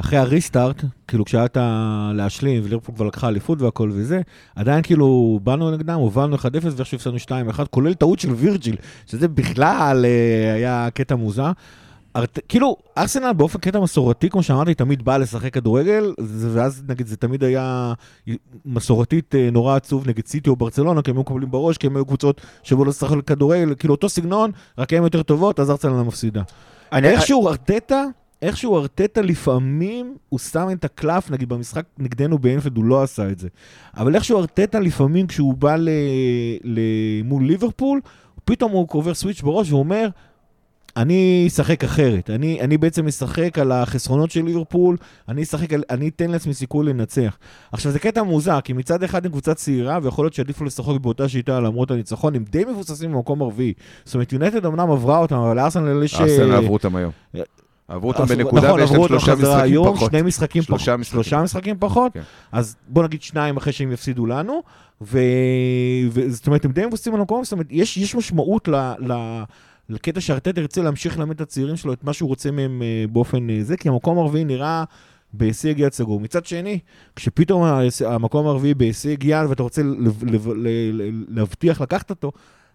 Speaker 1: אחרי הריסטארט, כאילו כשהיה את ה- להשלים, וליברפול כבר לקחה אליפות והכל וזה, עדיין כאילו באנו נגדם, הובלנו 1-0 ואיכשהו הפסדנו 2-1, כולל טעות של וירג'יל, שזה בכלל אה, היה קטע מוזר. ארט... כאילו, ארסנל באופן קטע מסורתי, כמו שאמרתי, תמיד בא לשחק כדורגל, זה- ואז נגיד זה תמיד היה מסורתית אה, נורא עצוב נגד סיטי או ברצלונה, כי הם היו מקבלים בראש, כי הם היו קבוצות שבו לא לשחק כדורגל, כאילו אותו סגנון, רק הם יותר טובות, אז ארסנל מפסידה.
Speaker 3: אני-
Speaker 1: איכשהו ארטטה, איכשהו ארטטה לפעמים, הוא שם את הקלף, נגיד במשחק נגדנו באנפלד, הוא לא עשה את זה. אבל איכשהו ארטטה לפעמים, כשהוא בא ל... ל... מול ליברפול, פתאום הוא קובר סוויץ' בראש ואומר, אני אשחק אחרת. אני, אני בעצם אשחק על החסרונות של ליברפול, אני אשחק, על, אני אתן לעצמי סיכוי לנצח. עכשיו, זה קטע מוזר, כי מצד אחד הם קבוצה צעירה, ויכול להיות שעדיף לו לשחק באותה שיטה למרות הניצחון, הם די מבוססים במקום הרביעי. זאת אומרת, יונייטד אמנם עברה אותם, אבל ארסנל יש...
Speaker 2: ארסנל עברו אותם היום. עברו אותם
Speaker 1: עשו-
Speaker 2: בנקודה
Speaker 1: נכון,
Speaker 2: ויש
Speaker 1: עברו
Speaker 2: להם
Speaker 1: אותם
Speaker 2: שלושה
Speaker 1: חזרה
Speaker 2: משחקים
Speaker 1: היום,
Speaker 2: פחות.
Speaker 1: שני משחקים
Speaker 2: שלושה
Speaker 1: פחות.
Speaker 2: משחקים.
Speaker 1: שלושה משחקים פחות,
Speaker 2: כן.
Speaker 1: אז בוא נגיד שניים אחרי שהם יפסידו לנו, ו... ו... זאת אומרת, הם די מבוססים על המקום, זאת אומרת, יש, יש משמעות ל... ל... לקטע שארטטה ירצה להמשיך ללמד את הצעירים שלו את מה שהוא רוצה מהם אה, באופן אה, זה, כי המקום הרביעי נראה בהישג יד סגור. מצד שני, כשפתאום ההיש- המקום הרביעי בהישג יד ואתה רוצה לב- לב- ל- ל- להבטיח לקחת אותו,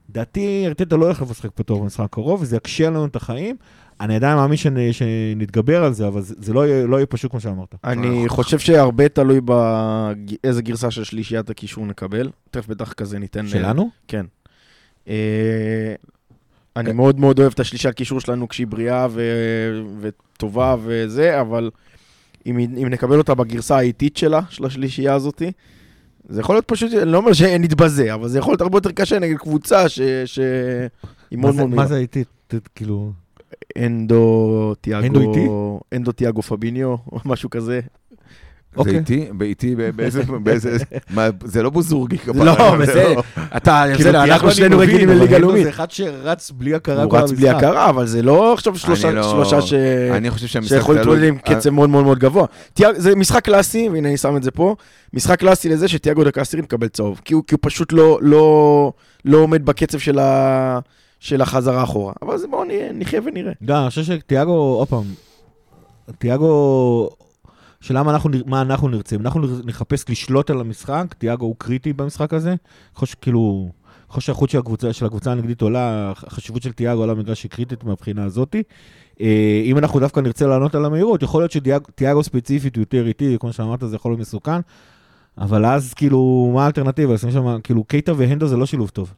Speaker 1: דעתי, ארטטה לא הולך לשחק פתוח במשחק הקרוב, וזה יקשה לנו את החיים. אני עדיין מאמין שנ- שנתגבר על זה, אבל זה זה לא יהיה לא יהיה פשוט כמו שאמרת.
Speaker 3: אני חושב שהרבה תלוי באיזה גרסה של שלישיית הקישור נקבל. תכף בטח כזה ניתן...
Speaker 1: שלנו?
Speaker 3: כן. אה, אני מאוד מאוד אוהב את השלישיית קישור שלנו כשהיא בריאה ו- וטובה וזה, אבל אם, היא- אם נקבל אותה בגרסה האיטית שלה, של השלישייה הזאתי, זה יכול להיות פשוט, אני לא אומר שנתבזה, אבל זה יכול להיות הרבה יותר קשה נגד קבוצה ש... ש... היא
Speaker 1: מה
Speaker 3: מאוד
Speaker 1: זה-
Speaker 3: מאוד...
Speaker 1: מה זה הייתי? ת- כאילו...
Speaker 3: אנדו תיאגו...
Speaker 1: אנדו איטי?
Speaker 3: אנדו תיאגו פביניו, או משהו כזה.
Speaker 2: זה
Speaker 1: אוקיי.
Speaker 2: איתי? באיתי? ב- באיזה... באיזה- מה, זה לא בוזורגי כפרה.
Speaker 3: לא,
Speaker 2: זה
Speaker 3: בסדר, אתה,
Speaker 1: כאילו,
Speaker 3: בסדר, אנחנו
Speaker 1: תיאגו
Speaker 3: שנינו
Speaker 1: אני
Speaker 3: רגילים
Speaker 1: מבין, אבל
Speaker 3: לליגה
Speaker 1: אין לו
Speaker 3: לאומית.
Speaker 1: זה אחד שרץ בלי הכרה
Speaker 3: הוא
Speaker 1: כל
Speaker 3: רץ בלי
Speaker 1: המשחק.
Speaker 3: הכרה, אבל זה לא עכשיו
Speaker 2: אני
Speaker 3: שלושה
Speaker 2: לא-
Speaker 3: שלושה ש...
Speaker 2: אני חושב שהמשחק לא-
Speaker 3: שיכול להתמודד עם
Speaker 2: תלוי-
Speaker 3: קצב מאוד מאוד מאוד גבוה. תיאג- זה משחק קלאסי, והנה אני שם את זה פה, משחק קלאסי לזה שתיאגו דקה עשירית מקבל צהוב, כי הוא כי הוא פשוט לא- לא לא עומד בקצב של ה- של החזרה אחורה. אבל זה בואו נהיה- נחיה ונראה.
Speaker 1: גם, אני חושב שתיאגו, עוד פעם, תיאגו, שלמה אנחנו, נר- מה אנחנו נרצה? אם אנחנו נר- נחפש לשלוט על המשחק, תיאגו הוא קריטי במשחק הזה. ככל שכאילו, ככל שהחוץ של הקבוצה, של הקבוצה הנגדית עולה, החשיבות של תיאגו עולה במגרש היא קריטית מהבחינה הזאתי. אה, אם אנחנו דווקא נרצה לענות על המהירות, יכול להיות שתיאגו ספציפית הוא יותר איטי, כמו שאמרת, זה יכול להיות מסוכן. אבל אז כאילו, מה האלטרנטיבה? לשים שם, כאילו, קייטה והנדו זה לא שילוב טוב.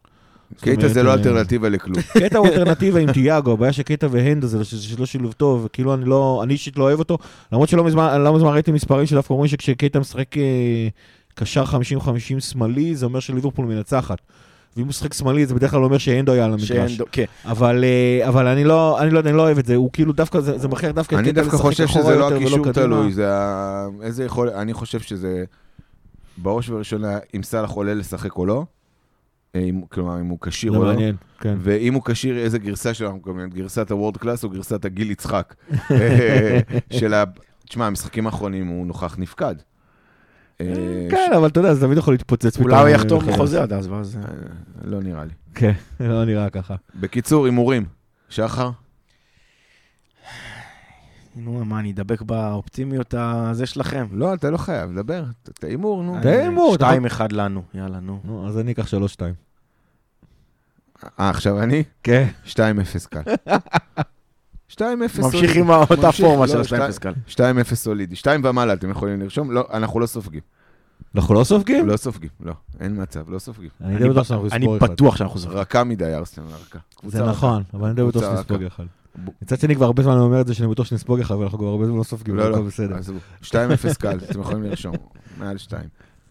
Speaker 2: קייטה
Speaker 1: זאת
Speaker 2: זה לא
Speaker 1: אומרת, אה,
Speaker 2: אלטרנטיבה לכלום.
Speaker 1: קטע הוא אלטרנטיבה עם תיאגו, הבעיה שקטע והנדו זה שזה לא שילוב טוב, וכאילו אני לא, אני אישית לא אוהב אותו, למרות שלא מזמן, לא מזמן ראיתי מספרים שדווקא אומרים שכשקטע משחק אה, קשר 50-50 שמאלי, זה אומר שליברפול מנצחת. ואם הוא משחק שמאלי, זה בדרך כלל לא אומר שהנדו היה על
Speaker 3: שאין
Speaker 1: המגרש.
Speaker 3: דו- כן.
Speaker 1: אבל, אה, אבל אני לא, אני לא יודע, אני לא אוהב את זה, הוא כאילו דווקא, זה, זה מכריח דווקא את
Speaker 2: אני
Speaker 1: קטע
Speaker 2: דווקא
Speaker 1: לשחק
Speaker 2: חושב
Speaker 1: אחורה
Speaker 2: שזה לא
Speaker 1: יותר ולא
Speaker 2: הקישור
Speaker 1: קדימה.
Speaker 2: תלוי, זה ה... איזה יכול... אני חושב שזה בראש ובראשונה, אם סאלח עולה לשחק או לא, אה, אם- כלומר, אם הוא כשיר
Speaker 1: זה
Speaker 2: או לא,
Speaker 1: מעניין, כן.
Speaker 2: ואם הוא כשיר, איזה גרסה שאנחנו מקבלים, גרסת הוורד קלאס או גרסת הגיל יצחק. אה, של ה... תשמע, המשחקים האחרונים הוא נוכח נפקד. אה,
Speaker 1: כן, אבל אתה יודע, זה תמיד יכול להתפוצץ
Speaker 3: אולי הוא
Speaker 1: אני
Speaker 3: יחתום
Speaker 1: חושב.
Speaker 3: חוזה עד אז, ואז...
Speaker 2: ש- אה, לא נראה לי.
Speaker 1: כן, לא נראה ככה.
Speaker 2: בקיצור, הימורים. שחר?
Speaker 3: נו, מה, אני אדבק באופטימיות הזה שלכם?
Speaker 2: לא, אתה לא חייב, דבר. ת- ת- הימור, נו.
Speaker 1: די הימור, אתה-
Speaker 3: 2-1 לנו, יאללה, נו.
Speaker 1: נו, אז אני אקח 3-2.
Speaker 2: אה, עכשיו אני?
Speaker 1: כן.
Speaker 2: 2-0 קל. 2-0
Speaker 3: ממשיך
Speaker 2: סולידי.
Speaker 3: עם אותה
Speaker 2: ממשיך,
Speaker 3: פורמה
Speaker 2: לא,
Speaker 3: של
Speaker 2: שתיים-
Speaker 3: 2-0 קל.
Speaker 2: 2-0 סולידי. 2 ומעלה אתם יכולים לרשום? לא, אנחנו לא סופגים.
Speaker 1: אנחנו לא סופגים?
Speaker 2: לא סופגים, לא. אין מצב, לא סופגים.
Speaker 1: אני די בטוח שאנחנו
Speaker 3: אני
Speaker 1: נספור אחד.
Speaker 3: בטוח שאנחנו זוכרים.
Speaker 2: רכה מדי ארסנל, רכה. קבוצה
Speaker 1: זה
Speaker 2: רכה.
Speaker 1: נכון, אבל אני די בטוח
Speaker 2: קבוצה
Speaker 1: שנספוג
Speaker 2: רכה.
Speaker 1: אחד. מצד שני, כבר הרבה זמן אני אומר את זה שאני בטוח שנספוג אחד, ואנחנו כבר הרבה זמן לא סופגים,
Speaker 2: לא,
Speaker 1: הכל
Speaker 2: לא,
Speaker 1: בסדר.
Speaker 2: עזבו. 2-0 קל, אתם יכולים לרשום. מעל 2.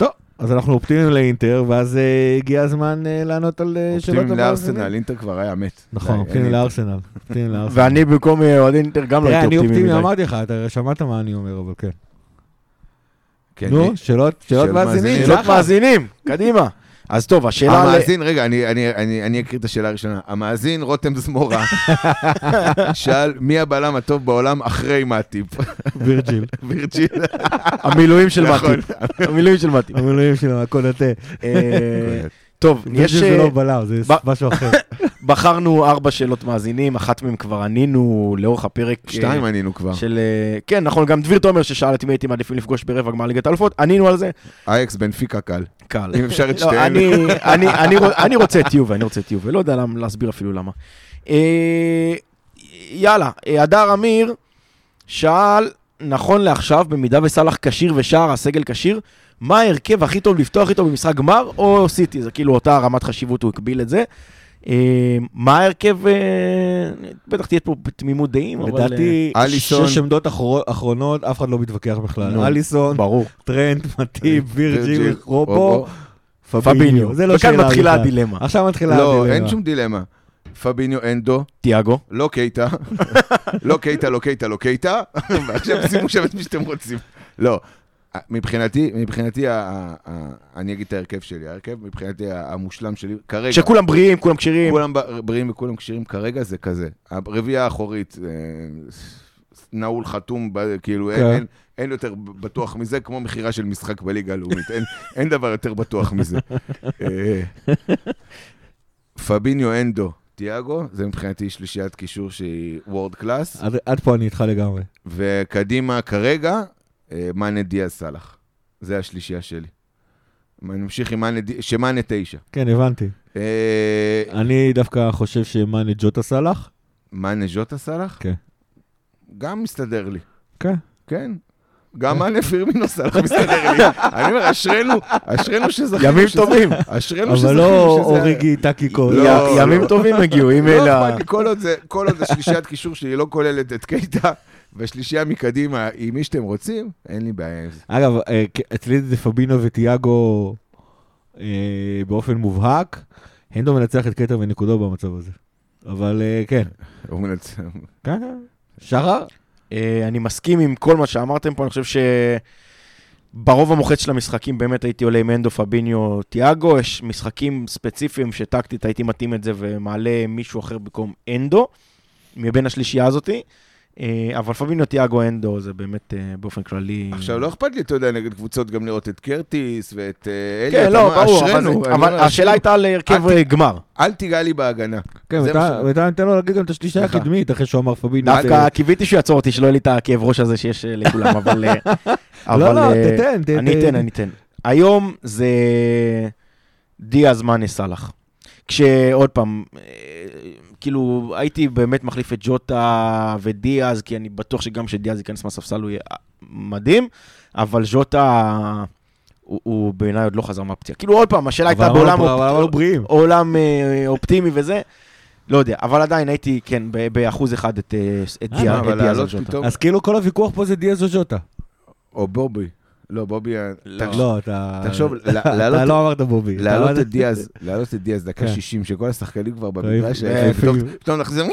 Speaker 1: אה, אז אנחנו אופטימיים לאינטר, ואז אה, הגיע הזמן אה, לענות על אה, שאלות
Speaker 2: אופטימיים
Speaker 1: המאזינים.
Speaker 2: לארסנל, אינטר כבר היה מת.
Speaker 1: נכון,
Speaker 2: די,
Speaker 1: אופטימיים
Speaker 2: אין
Speaker 1: לארסנל. אופטימיים לארסנל.
Speaker 3: ואני במקום אה, אוהדי אינטר גם לא
Speaker 1: תראה,
Speaker 3: הייתי
Speaker 1: אני
Speaker 3: אופטימי
Speaker 1: אופטימי,
Speaker 3: מדי.
Speaker 1: אמרתי לך, אתה שמעת מה אני אומר, אבל כן.
Speaker 2: כן, אה,
Speaker 1: נו, שאלות שאלות
Speaker 2: של
Speaker 1: מאזינים.
Speaker 2: מאזינים.
Speaker 3: שאלות
Speaker 1: שחר.
Speaker 3: לא מאזינים, קדימה. אז טוב, השאלה... ל-
Speaker 2: המאזין, רגע, אני, אני, אני, אני אקריא את השאלה הראשונה. המאזין, רותם זמורה, שאל, מי הבלם הטוב בעולם אחרי מאטיפ?
Speaker 1: וירג'יל.
Speaker 2: וירג'יל.
Speaker 3: אה, המילואים של
Speaker 2: נכון.
Speaker 3: מתי. המילואים של מתי.
Speaker 1: המילואים שלו, הקונטה.
Speaker 3: אה, טוב,
Speaker 1: וירג'יל
Speaker 3: יש...
Speaker 1: זה
Speaker 3: אה,
Speaker 1: לא בלם, זה
Speaker 3: ב-
Speaker 1: משהו אחר.
Speaker 3: בחרנו ארבע שאלות מאזינים, אחת מהן כבר ענינו לאורך הפרק. אה,
Speaker 2: שתיים ענינו כבר.
Speaker 3: של... אה, כן, נכון, גם דביר תומר ששאל את מי הייתם מעדיפים לפגוש ברבע גמר ליגת האלופות, ענינו על זה.
Speaker 2: אייקס בנפיקה קל.
Speaker 3: קל.
Speaker 2: אם אפשר את
Speaker 3: לא,
Speaker 2: שתיהן.
Speaker 3: אני, אני, אני, רוצ- אני רוצה את יובה, אני רוצה את יובה, לא יודע למ, להסביר אפילו למה. אה, יאללה, אה, הדר אמיר שאל, נכון לעכשיו, במידה וסאלח כשיר ושער הסגל כשיר, מה ההרכב הכי טוב לפתוח איתו במשחק גמר או סיטי? זה כאילו אותה רמת חשיבות, הוא הקביל את זה. אה, מה ההרכב, אה, בטח תהיה פה תמימות דעים, אבל... אה,
Speaker 1: לדעתי,
Speaker 2: אליסון.
Speaker 1: שש עמדות אחרו- אחרונות, אף אחד לא מתווכח בכלל.
Speaker 3: נו,
Speaker 1: אליסון,
Speaker 3: אה, ברור.
Speaker 1: טרנט, מטיב, וירג'יל,
Speaker 2: וירג'יל,
Speaker 1: רובו,
Speaker 2: רובו.
Speaker 1: פביניו. זה לא שאלה
Speaker 3: וכאן מתחילה
Speaker 1: בכלל.
Speaker 3: הדילמה.
Speaker 1: עכשיו מתחילה
Speaker 2: לא,
Speaker 1: הדילמה.
Speaker 2: אין שום דילמה. פביניו אנדו,
Speaker 3: תיאגו.
Speaker 2: לא קייטה, לא קייטה, לא קייטה, לא קייטה, ועכשיו שימו שם את מי שאתם רוצים. לא, מבחינתי, מבחינתי, ה- ה- ה- אני אגיד את ההרכב שלי, ההרכב מבחינתי ה- המושלם שלי, כרגע,
Speaker 3: שכולם בריאים, כולם כשירים.
Speaker 2: כולם ב- בריאים וכולם כשירים כרגע, זה כזה. הרביעייה האחורית, אה, נעול חתום, ב- כאילו, אין-
Speaker 1: כן.
Speaker 2: אין- אין יותר בטוח מזה, כמו מכירה של משחק בליגה הלאומית. אין- אין דבר יותר בטוח מזה. אה, פביניו אנדו. תיאגו, זה מבחינתי שלישיית קישור שהיא וורד קלאס,
Speaker 1: עד- עד פה אני איתך לגמרי.
Speaker 2: וקדימה כרגע, אה, מאנה דיאז סאלח. זה השלישייה שלי. אני ממשיך עם מאנה, די- שמאנה תשע.
Speaker 1: כן, הבנתי.
Speaker 2: אה,
Speaker 1: אני דווקא חושב שמאנה ג'וטה סאלח.
Speaker 2: מאנה ז'וטה סאלח?
Speaker 1: כן.
Speaker 2: גם מסתדר לי,
Speaker 1: כן.
Speaker 2: כן. גם מאנה פירמינו סאלח מסתדר לי. אני אומר, אשרינו, אשרינו שזכינו.
Speaker 3: ימים
Speaker 2: שזה-
Speaker 3: טובים.
Speaker 2: אשרינו שזכינו
Speaker 1: אבל
Speaker 2: שזה...
Speaker 1: לא אוריגי, טאקיקו.
Speaker 2: לא,
Speaker 3: י- ימים
Speaker 2: לא.
Speaker 3: טובים הגיעו, אם
Speaker 2: לא
Speaker 3: אלה...
Speaker 2: אכפת לי, כל עוד זה- כל עוד השלישיית קישור שלי לא כוללת את קייטה, והשלישייה מקדימה היא מי שאתם רוצים, אין לי בעיה עם זה.
Speaker 1: אגב, אה, כ- אצלי זה פבינו וטיאגו אה, באופן מובהק. הנדו מנצח את קטר ונקודו במצב הזה. אבל אה, כן.
Speaker 2: הוא מנצח.
Speaker 1: כן, כן. שחר?
Speaker 3: אה, אני מסכים עם כל מה שאמרתם פה, אני חושב ש... ברוב המוחץ של המשחקים באמת הייתי עולה עם אנדו, פביניו, תיאגו, יש משחקים ספציפיים שטקטית הייתי מתאים את זה ומעלה מישהו אחר במקום אנדו, מבין השלישייה הזאתי. אה, אבל פביניו, תיאגו, אנדו זה באמת אה, באופן כללי...
Speaker 2: עכשיו, לא אכפת לי, אתה יודע, נגד קבוצות גם לראות את קרטיס ואת אה, אליוט.
Speaker 3: כן, לא,
Speaker 2: אמר,
Speaker 3: ברור, אבל,
Speaker 2: אשרנו,
Speaker 3: זה-
Speaker 2: אני
Speaker 3: אבל
Speaker 2: אומר,
Speaker 3: השאלה הייתה על הרכב
Speaker 2: אל ת-
Speaker 3: אה, גמר.
Speaker 2: אל תיגע לי בהגנה.
Speaker 1: כן,
Speaker 2: זה מה
Speaker 1: ואתה
Speaker 2: ש-
Speaker 1: ואתה ניתן לו להגיד גם את השלישה
Speaker 2: סליחה.
Speaker 1: הקדמית, אחרי שהוא אמר פבינו.
Speaker 3: דווקא קיוויתי שהוא יעצור אותי, שלא יהיה לי את הכאב ראש הזה שיש אה, לכולם, אבל... אה,
Speaker 1: לא, לא,
Speaker 3: אה,
Speaker 1: תתן, תתן.
Speaker 3: אני אתן, אני אתן. היום זה דיאז מאנה סאלח. כשעוד פעם, אה, כאילו, הייתי באמת מחליף את ג'וטה ודיאז, כי אני בטוח שגם כשדיאז ייכנס מהספסל הוא יהיה אה, מדהים, אבל ג'וטה, הוא, הוא בעיניי עוד לא חזר מהפציעה. כאילו, עוד פעם, השאלה הייתה
Speaker 1: אבל
Speaker 2: לא
Speaker 3: בעולם...
Speaker 1: אמרנו-
Speaker 3: אופ-
Speaker 1: אבל אמרנו בריאים.
Speaker 3: עולם אה, אופטימי וזה, לא יודע, אבל עדיין הייתי, כן, ב- באחוז אחד את אה, את
Speaker 1: אה,
Speaker 3: דיה-
Speaker 2: אבל
Speaker 3: את דיאז
Speaker 2: לעלות
Speaker 3: על ג'וטה.
Speaker 2: פתאום-
Speaker 1: אז כאילו כל הוויכוח פה זה דיאז או ז'וטה.
Speaker 2: או בובי. לא, בובי... ה- תחשוב-
Speaker 1: לא, אתה...
Speaker 2: תחשוב, לה-
Speaker 1: אתה
Speaker 2: להעלות-
Speaker 1: לא אמרת בובי. אתה
Speaker 2: להעלות
Speaker 1: אמרת-
Speaker 2: את דיאז, להעלות את דיאז דקה
Speaker 1: כן.
Speaker 2: 60, שכל השחקנים כבר
Speaker 1: טעים.
Speaker 2: במגרש,
Speaker 1: אה,
Speaker 2: פתאום-
Speaker 1: אפילו.
Speaker 2: פתאום נחזיר...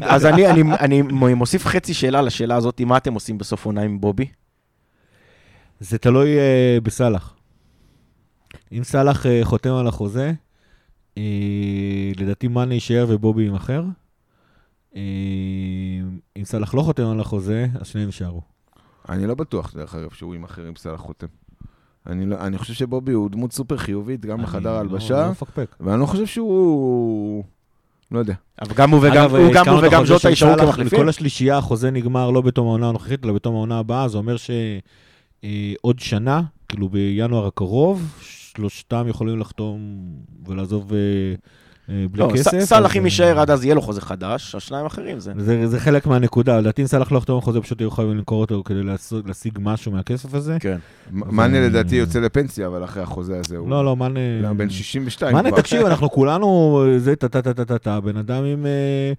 Speaker 3: אז אני- אני- אני מוסיף חצי שאלה לשאלה הזאת, מה אתם עושים בסוף עונה עם בובי?
Speaker 1: זה תלוי אה, בסאלח. אם סאלח אה, חותם על החוזה, אה, לדעתי מאנה יישאר ובובי יימכר. אה, אם סאלח לא חותם על החוזה, אז שניהם יישארו.
Speaker 2: אני לא בטוח, דרך אגב, שהוא עם אחרים סלח חותם. אני לא- אני חושב שבובי הוא דמות סופר חיובית, גם בחדר
Speaker 1: אני לא-
Speaker 2: ההלבשה,
Speaker 1: לא מפקפק.
Speaker 2: ואני לא חושב שהוא... לא יודע.
Speaker 3: אבל גם הוא וגם-
Speaker 1: אגב,
Speaker 3: הוא גם
Speaker 1: הזכרנו
Speaker 3: הוא
Speaker 1: את
Speaker 3: וגם
Speaker 1: החוזה
Speaker 3: ז'וטה
Speaker 1: של
Speaker 3: יישארו
Speaker 1: סאלח.
Speaker 3: כמחליפים?
Speaker 1: לכל השלישייה החוזה נגמר לא בתום העונה הנוכחית, אלא בתום העונה הבאה, זה אומר שעוד שנה, כאילו בינואר הקרוב, שלושתם יכולים לחתום ולעזוב אה, אה, בלי
Speaker 3: לא, ס-
Speaker 1: כסף.
Speaker 3: סאלח
Speaker 1: אז,
Speaker 3: אם
Speaker 1: אה,
Speaker 3: יישאר עד אז יהיה לו חוזה חדש, השניים האחרים זה.
Speaker 1: זה, זה חלק מהנקודה, לדעתי אם סאלח לא יחתום על חוזה, פשוט יהיו חייבים למכור אותו כדי לעשות, להשיג משהו מהכסף הזה.
Speaker 3: כן.
Speaker 2: מ- מאנה לדעתי יוצא לפנסיה, אבל אחרי החוזה הזה הוא...
Speaker 1: לא, לא, מאנה...
Speaker 2: לא, בן 62
Speaker 1: מאנה,
Speaker 2: כבר.
Speaker 1: תקשיב, אנחנו כולנו, זה טה-טה-טה-טה-טה, בן אדם עם אה,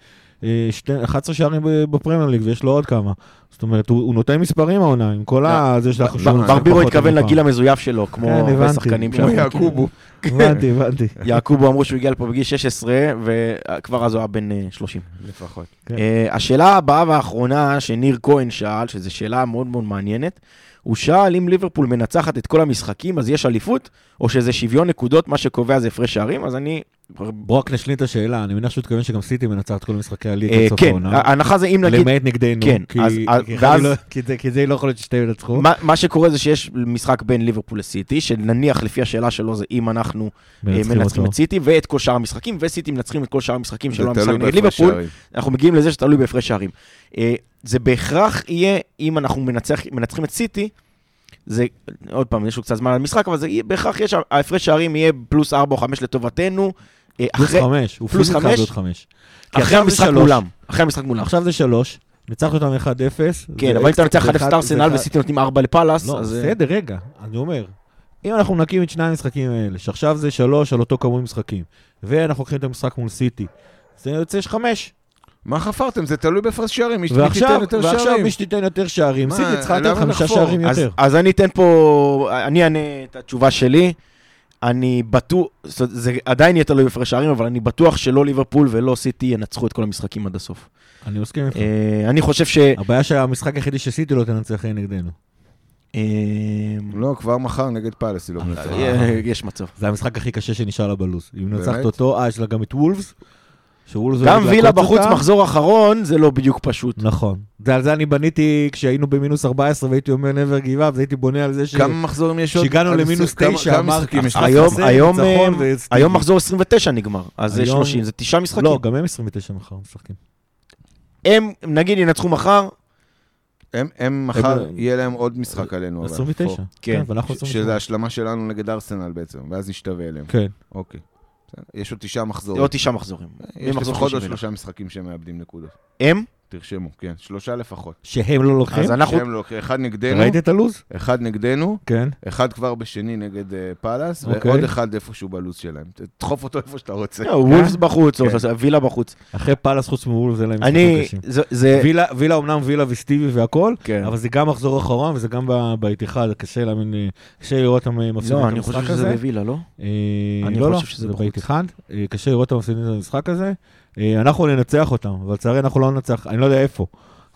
Speaker 1: אה, שתי- 11 שערים ב- בפרמייר ליג, ויש לו עוד כמה. זאת אומרת, הוא הוא נותן מספרים העונה, עם כל ה... זה שאנחנו שומעים
Speaker 3: לא, בר-
Speaker 1: עליו
Speaker 3: ברבירו
Speaker 1: פחות
Speaker 3: התכוון
Speaker 1: מפעם.
Speaker 3: לגיל המזויף שלו, כמו
Speaker 1: כן,
Speaker 3: הרבה
Speaker 1: הבנתי.
Speaker 3: שחקנים
Speaker 1: כמו
Speaker 2: כמו
Speaker 3: שם.
Speaker 2: יעקובו.
Speaker 1: הבנתי, הבנתי.
Speaker 3: יעקובו אמרו שהוא הגיע לפה בגיל 16, וכבר אז הוא היה בן אה, 30.
Speaker 2: לפחות.
Speaker 1: כן.
Speaker 3: אה, השאלה הבאה והאחרונה שניר כהן שאל, שזו שאלה מאוד מאוד מעניינת, הוא שאל אם ליברפול מנצחת את כל המשחקים, אז יש אליפות, או שזה שוויון נקודות, מה שקובע זה הפרש שערים, אז אני... אה,
Speaker 1: בואו רק נשלים את השאלה, אני מניח שהוא התכוון שגם סיטי מנצחת כל משחקי הליגה
Speaker 3: אה,
Speaker 1: עד סוף
Speaker 3: כן,
Speaker 1: העונה.
Speaker 3: ההנחה זה אם נגיד...
Speaker 1: למעט נגדנו.
Speaker 3: כן,
Speaker 1: כי-
Speaker 3: אז- אז-
Speaker 1: כי
Speaker 3: ואז-
Speaker 1: לא- כי זה- כי זה לא יכול להיות ששתיהם ינצחו.
Speaker 3: מה, מה שקורה זה שיש משחק בין ליברפול לסיטי, שנניח לפי השאלה שלו זה אם אנחנו אה,
Speaker 1: מנצחים
Speaker 3: מנצחים
Speaker 1: אותו.
Speaker 3: את סיטי ואת כל שאר המשחקים, וסיטי מנצחים את כל שאר המשחקים
Speaker 2: זה
Speaker 3: שלא המשחק
Speaker 2: תלוי
Speaker 3: נגד
Speaker 2: בהפרש
Speaker 3: ליברפול,
Speaker 2: שערים.
Speaker 3: אנחנו מגיעים לזה שתלוי בהפרש שערים. אה, זה בהכרח יהיה, אם אנחנו מנצח, מנצחים את סיטי, זה, עוד פעם, יש לו קצת זמן על המשחק, אבל זה יהיה, בהכרח יהיה, שה- ההפרש שערים יהיה פלוס 4 או 5 לטובתנו. אה,
Speaker 1: פלוס
Speaker 3: אחרי-
Speaker 1: חמש, הוא
Speaker 3: פלוס
Speaker 1: פלוס חמש?
Speaker 3: חמש?
Speaker 1: פלוס חמש. כי
Speaker 3: אחרי
Speaker 1: עכשיו זה
Speaker 3: המשחק
Speaker 1: שלוש.
Speaker 3: מולם. אחרי המשחק מולם.
Speaker 1: עכשיו זה שלוש, ניצחת אותם 1-0.
Speaker 3: כן,
Speaker 1: זה
Speaker 3: אבל אם אתה
Speaker 1: אקס-
Speaker 3: מנצח
Speaker 1: זה
Speaker 3: 1-0 את
Speaker 1: אחד-
Speaker 3: ארסנל
Speaker 1: זה אחד-
Speaker 3: וסיטי נותנים 4 לפאלאס,
Speaker 1: לא,
Speaker 3: אז... אה,
Speaker 1: בסדר, רגע, אני אומר. אם אנחנו מנקים את שני המשחקים האלה, שעכשיו זה שלוש על אותו כמות משחקים, ואנחנו לוקחים את המשחק מול סיטי, זה יוצא חמש.
Speaker 2: מה חפרתם? זה תלוי בהפרש שערים. מי מי
Speaker 1: ועכשיו,
Speaker 2: תיתן יותר
Speaker 1: ועכשיו
Speaker 2: שערים.
Speaker 1: מי שתיתן יותר שערים,
Speaker 2: מה,
Speaker 1: סיטי צריכה לתת
Speaker 2: למה
Speaker 1: חמישה
Speaker 2: לחפור?
Speaker 1: שערים
Speaker 3: אז,
Speaker 1: יותר.
Speaker 3: אז אני אתן פה, אני אענה את התשובה שלי. אני בטוח, זאת אומרת, זה עדיין יהיה תלוי בהפרש שערים, אבל אני בטוח שלא ליברפול ולא סיטי ינצחו את כל המשחקים עד הסוף.
Speaker 1: אני מסכים איתך.
Speaker 3: אה, אני חושב ש...
Speaker 1: הבעיה שהמשחק היחידי שסיטי לא תנצח יהיה נגדנו.
Speaker 3: אה,
Speaker 2: לא, כבר מחר נגד פאלס היא לא מנצחת.
Speaker 3: אה, יש מצב.
Speaker 1: זה המשחק הכי קשה שנשאר לה בלוז. אם
Speaker 2: באמת?
Speaker 1: נצחת אותו, אה, יש לה גם את וולפס, שוולפס
Speaker 3: גם
Speaker 1: הולכת
Speaker 3: וילה
Speaker 1: לעקוץ
Speaker 3: בחוץ,
Speaker 1: אותה.
Speaker 3: מחזור אחרון, זה לא בדיוק פשוט.
Speaker 1: נכון. זה- על זה אני בניתי, כשהיינו במינוס 14 והייתי אומר never give up, אז הייתי בונה על זה ש...
Speaker 2: כמה מחזורים יש עוד?
Speaker 1: כאילו. כשהגענו
Speaker 2: עד
Speaker 1: למינוס
Speaker 2: עשרים- כמה-
Speaker 1: תשע,
Speaker 2: כמה
Speaker 1: אמרתי,
Speaker 2: משחקים יש
Speaker 1: אה,
Speaker 2: לך?
Speaker 3: היום-
Speaker 1: חסר,
Speaker 3: היום,
Speaker 1: ניצחון
Speaker 3: אה,
Speaker 1: וסטיגי.
Speaker 3: היום מחזור 29 נגמר, אז זה
Speaker 1: היום-
Speaker 3: 30, זה תשעה משחקים.
Speaker 1: לא, גם הם 29 מחר משחקים.
Speaker 3: הם, נגיד, ינצחו מחר,
Speaker 2: הם- הם מחר,
Speaker 1: הם-
Speaker 2: יהיה להם עוד משחק עלינו. אבל.
Speaker 1: 29.
Speaker 3: כן,
Speaker 1: כן, ואנחנו
Speaker 2: ש-
Speaker 1: 29.
Speaker 2: שזה השלמה שלנו נגד ארסנל בעצם, ואז נשתווה אליהם.
Speaker 1: כן.
Speaker 2: אוקיי. בסדר. יש עוד תשעה
Speaker 3: זה
Speaker 2: מחזורים.
Speaker 3: עוד תשעה מחזורים.
Speaker 2: יש
Speaker 3: מחזור
Speaker 2: לפחות עוד
Speaker 3: 31.
Speaker 2: שלושה משחקים שמאבדים נקודות.
Speaker 3: הם?
Speaker 2: תרשמו, כן. שלושה לפחות.
Speaker 1: שהם לא לוקחים?
Speaker 3: אז אנחנו...
Speaker 2: שהם לא- אחד נגדנו,
Speaker 1: ראית את הלו"ז?
Speaker 2: אחד נגדנו,
Speaker 1: כן.
Speaker 2: אחד כבר בשני נגד אה, פאלאס,
Speaker 1: אוקיי.
Speaker 2: ועוד אחד איפשהו בלו"ז שלהם. ת- תדחוף אותו איפה שאתה רוצה.
Speaker 3: לא, וולפס בחוץ, או
Speaker 2: כן.
Speaker 3: אז וילה בחוץ.
Speaker 1: אחרי פאלאס חוץ מוולפס, אין להם משחקים
Speaker 3: אני, אה,
Speaker 1: קשים.
Speaker 3: זה- זה...
Speaker 1: וילה- וילה אומנם וילה וסטיבי והכל,
Speaker 3: כן.
Speaker 1: אבל זה גם מחזור אחרון וזה גם ב- באיתיחד, קשה להאמין, אה, קשה לראות אותם אה, מפסידים
Speaker 3: לא,
Speaker 1: את
Speaker 3: אני חושב
Speaker 1: המשחק
Speaker 3: שזה
Speaker 1: הזה.
Speaker 3: בווילה, לא?
Speaker 1: אה,
Speaker 3: אני
Speaker 1: לא, לא,
Speaker 3: חושב שזה
Speaker 1: זה
Speaker 3: בחוץ.
Speaker 1: באיתיחד. אה, קשה לראות אותם מפסידים את המשחק הזה. אה, אנחנו ננצח אותם, אבל לצערי אנחנו לא ננצח, אני לא יודע איפה.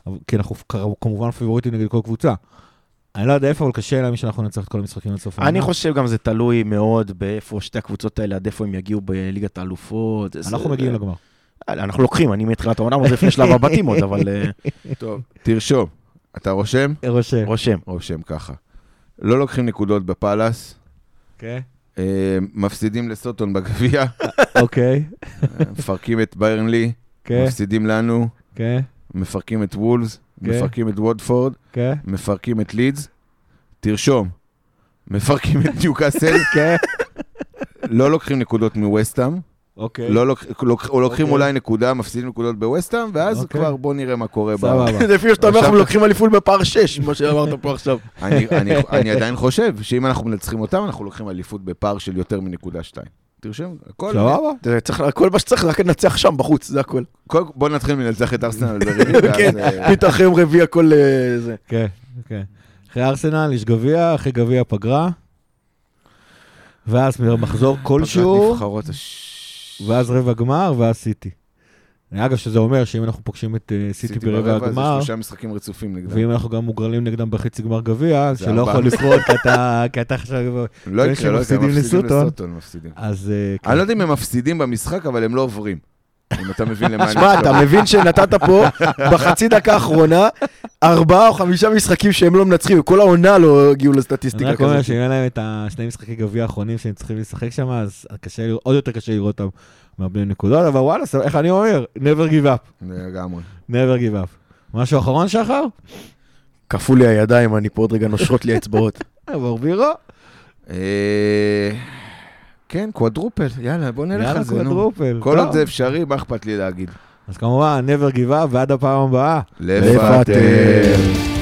Speaker 1: אבל- כי אנחנו כ- כמובן פיבוריטים נגד כל קבוצה. אני לא יודע איפה, אבל קשה להאמין שאנחנו ננצח את כל המשחקים עד סוף
Speaker 4: אני
Speaker 1: העונה.
Speaker 4: חושב גם זה תלוי מאוד באיפה שתי הקבוצות האלה, עד איפה הם יגיעו בליגת האלופות. זה-
Speaker 1: אנחנו
Speaker 4: זה-
Speaker 1: מגיעים לגמר.
Speaker 4: אנחנו לוקחים, אני מתחילת העונה, עוד לפני שלב הבתים עוד, אבל אה,
Speaker 2: טוב, תרשום. אתה רושם?
Speaker 1: רושם.
Speaker 4: רושם.
Speaker 2: רושם ככה. לא לוקחים נקודות בפאלאס,
Speaker 1: אוקיי.
Speaker 2: אה, מפסידים לסוטון בגביע,
Speaker 1: אוקיי.
Speaker 2: אה, מפרקים את ביירן לי,
Speaker 1: כן,
Speaker 2: מפסידים לנו,
Speaker 1: כן,
Speaker 2: מפרקים את וולס,
Speaker 1: כן.
Speaker 2: מפרקים את וודפורד,
Speaker 1: כן.
Speaker 2: מפרקים את לידס. תרשום, מפרקים את ניוקאסל,
Speaker 1: כן.
Speaker 2: לא לוקחים נקודות מווסטאם,
Speaker 1: אוקיי.
Speaker 2: לא לוק- לוק- או לוקחים
Speaker 1: אוקיי.
Speaker 2: אולי נקודה, מפסידים נקודות בווסטהאם, ואז
Speaker 1: אוקיי.
Speaker 2: כבר בוא נראה מה קורה. ב-
Speaker 1: סבבה.
Speaker 3: זה אפילו שאתה אומר,
Speaker 2: עכשיו-
Speaker 3: אנחנו לוקחים אליפות בפער 6, מה שאמרת פה עכשיו.
Speaker 2: אני- אני- אני עדיין חושב שאם אנחנו מנצחים אותם, אנחנו לוקחים אליפות בפער של יותר מנקודה שתיים. תרשם, הכל.
Speaker 1: סבבה.
Speaker 3: אתה צריך, כל מה שצריך, רק לנצח שם בחוץ, זה הכל.
Speaker 2: כל- בוא נתחיל מלנצח את ארסנל ברביעי,
Speaker 3: כן.
Speaker 2: ואז... אה,
Speaker 3: פתאום אחרי יום רביעי הכל אה, זה.
Speaker 1: כן, כן. אחרי ארסנל יש גביע, אחרי גביע פגרה, ואז מחזור כלשהו,
Speaker 2: פגרת נבחרות הש-
Speaker 1: ואז רבע גמר, ואז סיטי. אגב, שזה אומר שאם אנחנו פוגשים את אה, סיטי ברבע
Speaker 2: זה
Speaker 1: הגמר,
Speaker 2: שלושה משחקים רצופים נגדם.
Speaker 1: ואם אנחנו גם מוגרלים נגדם בחצי גמר גביע,
Speaker 2: זה
Speaker 1: שלא
Speaker 2: ארבע.
Speaker 1: יכול לקרות כי אתה- כי אתה עכשיו...
Speaker 2: לא
Speaker 1: זה
Speaker 2: יקרה, לא יקרה,
Speaker 1: שמפסידים
Speaker 2: מפסידים
Speaker 1: לסוטון.
Speaker 2: לסוטון. מפסידים.
Speaker 1: אז אה, כן.
Speaker 2: אני לא יודע אם הם מפסידים במשחק, אבל הם לא עוברים. אם אתה מבין למה אני
Speaker 3: שמע, אתה מבין שנתת פה, בחצי דקה האחרונה, ארבעה או חמישה משחקים שהם לא מנצחים, וכל העונה לא הגיעו
Speaker 1: אני
Speaker 3: לסטטיסטיקה
Speaker 1: רק אומר
Speaker 3: כזאת.
Speaker 1: שאם אין להם את השני משחקי גביע האחרונים שהם צריכים לשחק שם, אז קשה לראות- עוד יותר קשה לראות אותם מאבדים נקודות, אבל וואלה, סבבה, איך אני אומר? never give up,
Speaker 2: לגמרי.
Speaker 1: never give up. משהו אחרון, שחר?
Speaker 3: קפאו לי הידיים, אני פה עוד רגע נושרות לי האצבעות.
Speaker 1: ברבירו?
Speaker 2: אה, כן, קוואדרופל, יאללה, בוא נלך
Speaker 1: יאללה, לא.
Speaker 2: על זה, נו.
Speaker 1: קוודרופל.
Speaker 2: כל
Speaker 1: טוב.
Speaker 2: עוד זה אפשרי, מה אכפת לי להגיד?
Speaker 1: אז כמובן, never give up, ועד הפעם הבאה.
Speaker 2: לפטר.